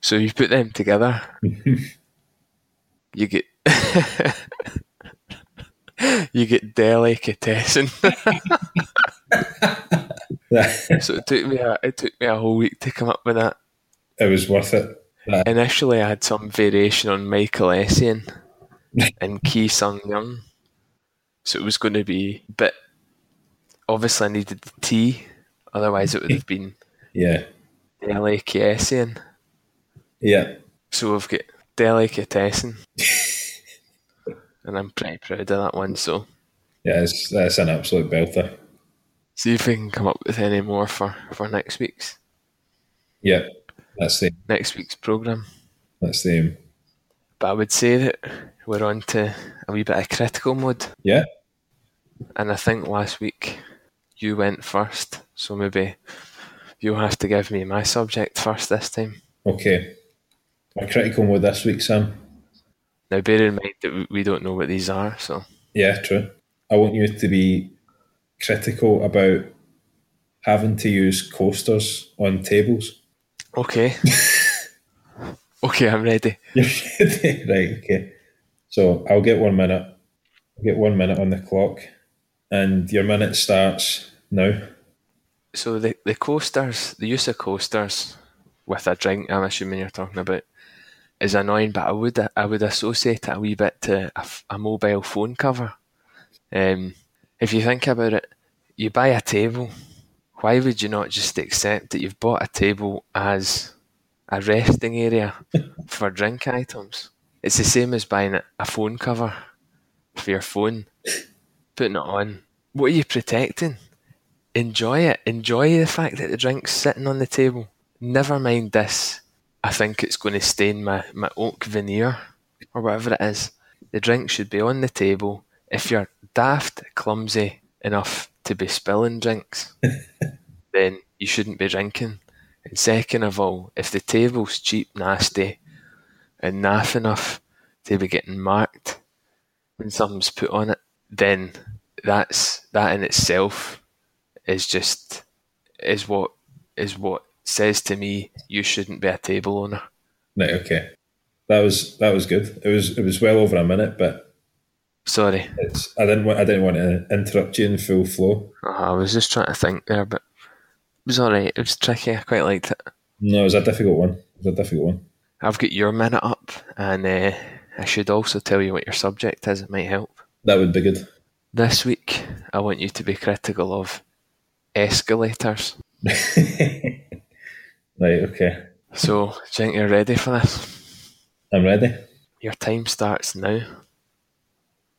S2: So you put them together, you get (laughs) you get delicatessen.
S1: it
S2: so it took me a, it took me a whole week to come up with that.
S1: was worth (laughs) it. That-
S2: Initially, I had some variation on Michael Essien and Ki Sung Young, so it was going to be. But obviously, I needed the T, otherwise it would have been
S1: yeah.
S2: delicatessen.
S1: Yeah.
S2: So we've got delicatessen. (laughs) and I'm pretty proud of that one, so
S1: Yeah, it's, that's an absolute belter.
S2: see if we can come up with any more for, for next week's
S1: Yeah, that's the
S2: next week's programme.
S1: that's the aim.
S2: But I would say that we're on to a wee bit of critical mode.
S1: Yeah,
S2: And I think last week you went first, so maybe you'll have to give me my subject first this time.
S1: okay. My critical mode this week, Sam.
S2: Now bear in mind that we- we don't know what these are, so
S1: Yeah, true. I want you to be critical about having to use coasters on tables. (laughs)
S2: Okay. okay, I'm ready.
S1: You're ready? right, okay. So I'll get one minute. I'll get one minute on the clock, and your minute starts now.
S2: So the the coasters, the use of coasters with a drink, I'm assuming you're talking about, is annoying. But I would I would associate it a wee bit to a, f- a mobile phone cover. Um, if you think about it, you buy a table. Why would you not just accept that you've bought a table as a resting area for drink items? It's the same as buying a- a phone cover for your phone, putting it on. What are you protecting? enjoy it. Enjoy the fact that the drink's sitting on the table. Never mind this. I think it's going to stain my, my oak veneer or whatever it is. The drink should be on the table if you're daft, clumsy enough to be spilling drinks then you shouldn't be drinking. And second of all, if the table's cheap, nasty, and naff enough to be getting marked when something's put on it, then that's that in itself is just is what is what says to me you shouldn't be a table owner.
S1: Right, okay. That was that was good. It was it was well over a minute, but
S2: Sorry,
S1: it's I didn't want I didn't want to interrupt you in full flow.
S2: Ah, I was just trying to think there, but it was alright. It was tricky. I quite liked it.
S1: No, it was a difficult one. It was a difficult one.
S2: I've got your minute up, and uh, I should also tell you what your subject is. It might help.
S1: That would be good.
S2: This week, I want you to be critical of escalators.
S1: Right, okay.
S2: So, do you think you're ready for this?
S1: I'm ready.
S2: Your time starts now.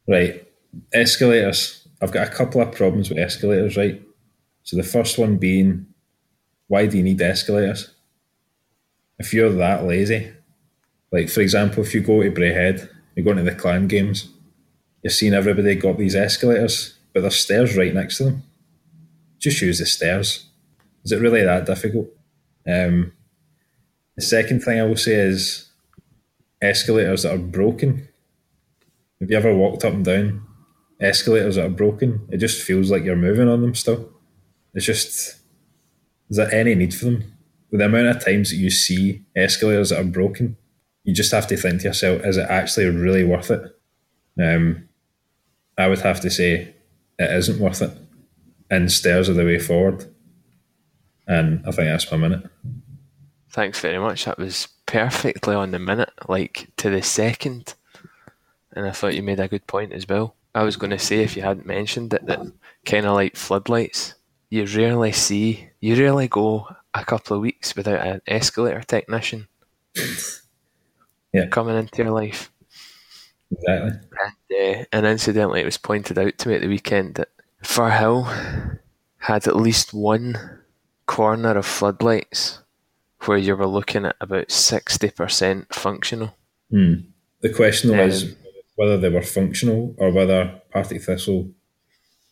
S1: Right. Escalators. I've got a couple of problems with escalators, right? So the first one being why do you need escalators? If you're that lazy, like for example, if you go to Brayhead, you're going to the clan games, you're seeing everybody got these escalators, but there's stairs right next to them. Just use the stairs. Is it really that difficult? Um, the second thing I will say is escalators that are broken. Have you ever walked up and down escalators that are broken? It just feels like you're moving on them still. It's just, is there any need for them? With the amount of times that you see escalators that are broken, you just have to think to yourself, is it actually really worth it? Um, I would have to say it isn't worth it. And stairs are the way forward. And I think that's my minute.
S2: Thanks very much. That was perfectly on the minute, like to the second. And I thought you made a good point as well. I was going to say, if you hadn't mentioned it, that kind of like floodlights, you rarely see, you rarely go a couple of weeks without an escalator technician
S1: Yeah.
S2: coming into your life.
S1: Exactly.
S2: And, uh, and incidentally, it was pointed out to me at the weekend that Far Hill had at least one corner of floodlights where you were looking at about 60% functional.
S1: The question
S2: Um,
S1: was whether they were functional or whether Partick Thistle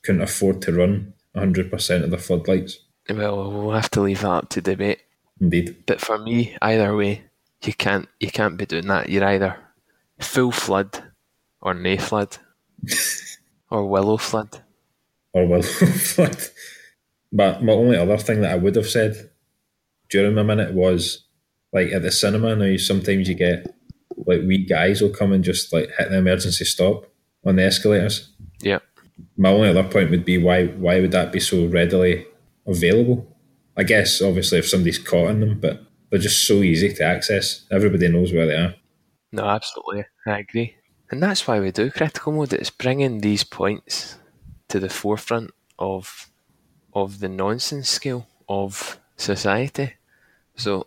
S1: couldn't afford to run 100% of the floodlights.
S2: Well, we'll have to leave that up to debate.
S1: Indeed.
S2: But for me, either way, you can't you can't be doing that. You're either full flood or nay flood or willow flood.
S1: Or will (laughs) flood. But my only other thing that I would have said during my minute was like at the cinema, now you, sometimes you get like wee guys will come and just like hit the emergency stop on the escalators.
S2: Yeah.
S1: my only other point would be why why would that be so readily available? I guess obviously if somebody's caught in them, but they're just so easy to access. Everybody knows where they are.
S2: No, absolutely. I agree. And that's why we do critical mode. It's bringing these points to the forefront of of the nonsense scale of society. So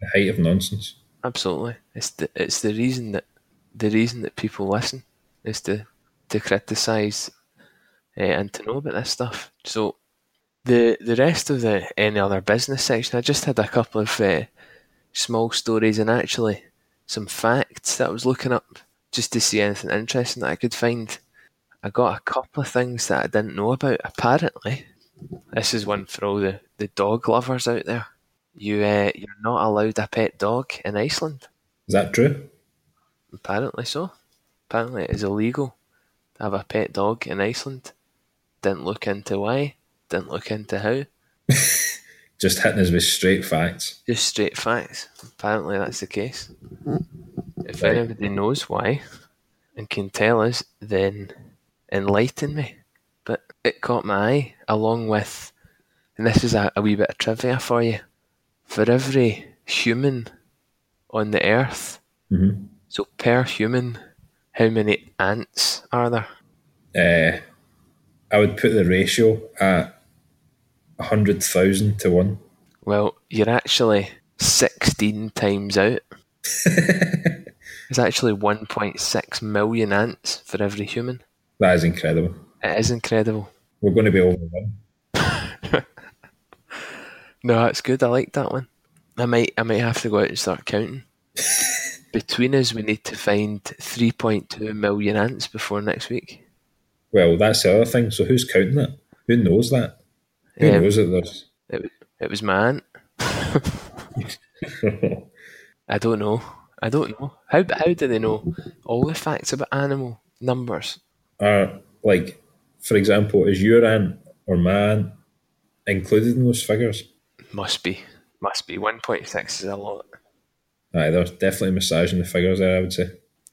S1: The height of nonsense.
S2: Absolutely. It's the it's the reason that the reason that people listen is to to criticize uh, and to know about this stuff. So the the rest of the any other business section, I just had a couple of uh, small stories and actually some facts that I was looking up just to see anything interesting that I could find. I got a couple of things that I didn't know about. Apparently, this is one for all the, the dog lovers out there. You uh, you're not allowed a pet dog in Iceland.
S1: Is that true?
S2: Apparently so. Apparently it is illegal to have a pet dog in Iceland. Didn't look into why. Didn't look into how.
S1: Just hitting us with straight facts.
S2: Just straight facts. Apparently that's the case. If
S1: Right.
S2: anybody knows why and can tell us, then enlighten me. But it caught my eye along with, and this is a, a wee bit of trivia for you. For every human on the earth,
S1: Mhm.
S2: so per human, how many ants are there?
S1: Uh, I would put the ratio at hundred thousand to one.
S2: Well, you're actually 16 times out. There's actually 1.6 million ants for every human.
S1: That is incredible.
S2: It is incredible.
S1: We're going to be overrun.
S2: No, that's good. I like that one. I might, I might have to go out and start counting. Between us, we need to find 3.2 million ants before next week.
S1: Well, that's the other thing. So who's counting that? Who knows that? Who
S2: Um,
S1: knows that there's?
S2: It, w- it was my aunt. I don't know. I don't know. How, how do they know all the facts about animal numbers?
S1: are like, for example, is your aunt or my aunt included in those figures?
S2: Must be. Must be. 1.6 is a lot.
S1: Aye, they're definitely massaging the figures there. I would say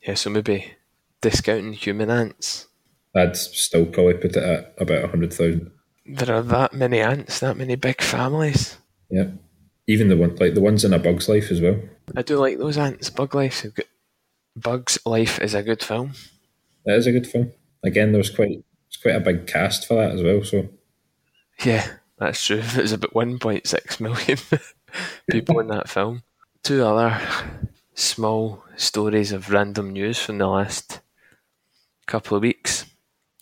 S2: Yeah, so maybe discounting human ants.
S1: I'd still probably put it at about hundred thousand.
S2: There are that many ants, that many big families.
S1: Yeah, even the one like the ones in a bug's life as well.
S2: I do like those ants. Bug Life. is good- Bugs Life is a good film.
S1: That is a good film. Again, there was quite it's quite a big cast for that as well. So
S2: Yeah, That's true. (laughs) There's about 1.6 million (laughs) people in that film. Two other small stories of random news from the last couple of weeks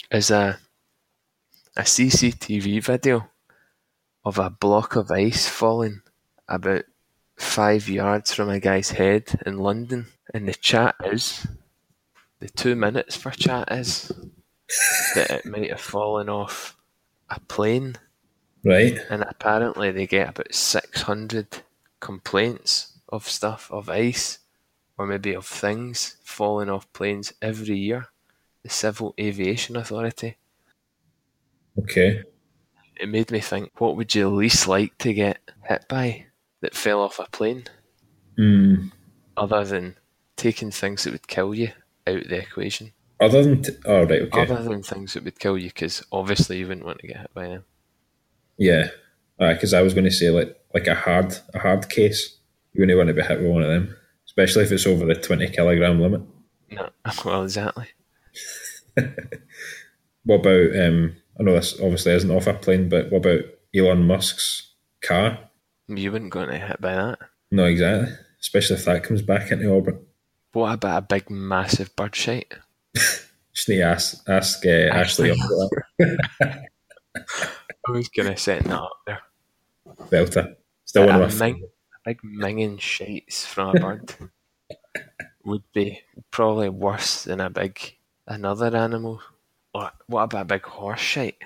S2: is a a CCTV video of a block of ice falling about five yards from a guy's head in London, and the chat is the two minutes for chat is that it might have fallen off a plane,
S1: Right.
S2: and apparently they get about six hundred complaints of stuff of ice or maybe of things falling off planes every year. The Civil Aviation Authority
S1: Okay.
S2: it made me think what would you least like to get hit by that fell off a plane
S1: Mm.
S2: other than taking things that would kill you out of the equation
S1: Other than. T- oh, right, okay.
S2: other than things that would kill you because obviously you wouldn't want to get hit by them
S1: Yeah. Because I was going to say, like, like a hard a hard case. You wouldn't want to be hit with one of them, especially if it's over the 20 kilogram limit.
S2: no (laughs) well exactly
S1: What about. um I know this obviously isn't off a plane, but what about Elon Musk's car?
S2: you wouldn't go to get hit by that
S1: No, exactly. Especially if that comes back into orbit.
S2: what about a big massive bird shite
S1: Just need to ask, ask uh, Ashley about that.
S2: (laughs) I was gonna set that up there
S1: Belter. Still one
S2: a,
S1: of my
S2: ming, a big minging shites from a bird would be probably worse than a big another animal. Or what about a big horse shite?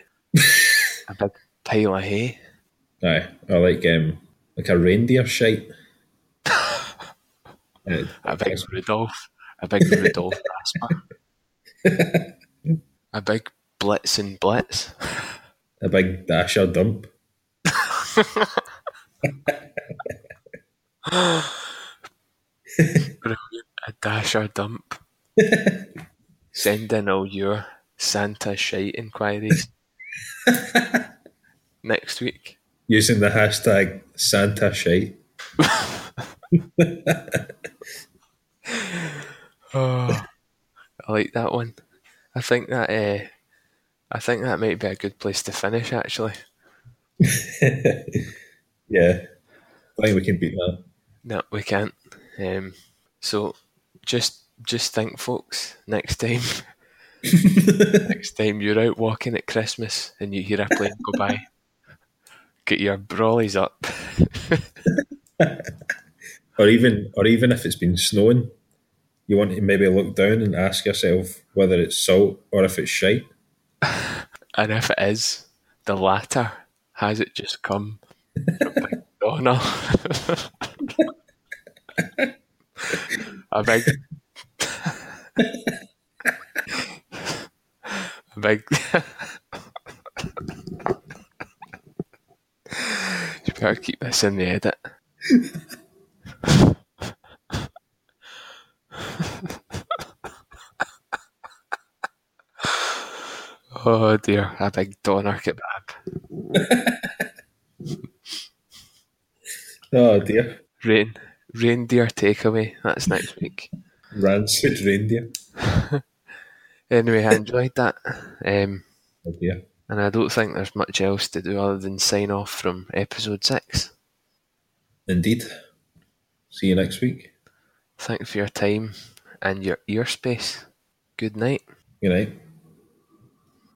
S2: a big pile of hay.
S1: Aye, or like um, like a reindeer shite. Uh,
S2: A big Rudolph. A big Rudolph Rasper. a big blitz and blitz.
S1: a big dasher dump.
S2: Brilliant. A dasher dump. Send in all your Santa shite inquiries next week.
S1: Using the hashtag Santa shite.
S2: Oh, I like that one. I think that uh, I think that might be a good place to finish. Actually,
S1: Yeah. I think we can beat that.
S2: no, we can't. Um, so just just think, folks. Next time, next time you're out walking at Christmas and you hear a plane go by, get your brollies up.
S1: Or even or even if it's been snowing, you want to maybe look down and ask yourself whether it's salt or if it's shite.
S2: And if it is the latter, has it just come (laughs) from Big Donna? a big, a big. you better keep this in the edit. Oh dear, a big Donner kebab.
S1: Oh dear.
S2: Rain, reindeer takeaway. That's next week.
S1: Rancid reindeer.
S2: Anyway, I enjoyed that. Um,
S1: Oh dear.
S2: and I don't think there's much else to do other than sign off from episode six.
S1: Indeed. See you next week.
S2: Thanks for your time and your ear space. Good night.
S1: Good night.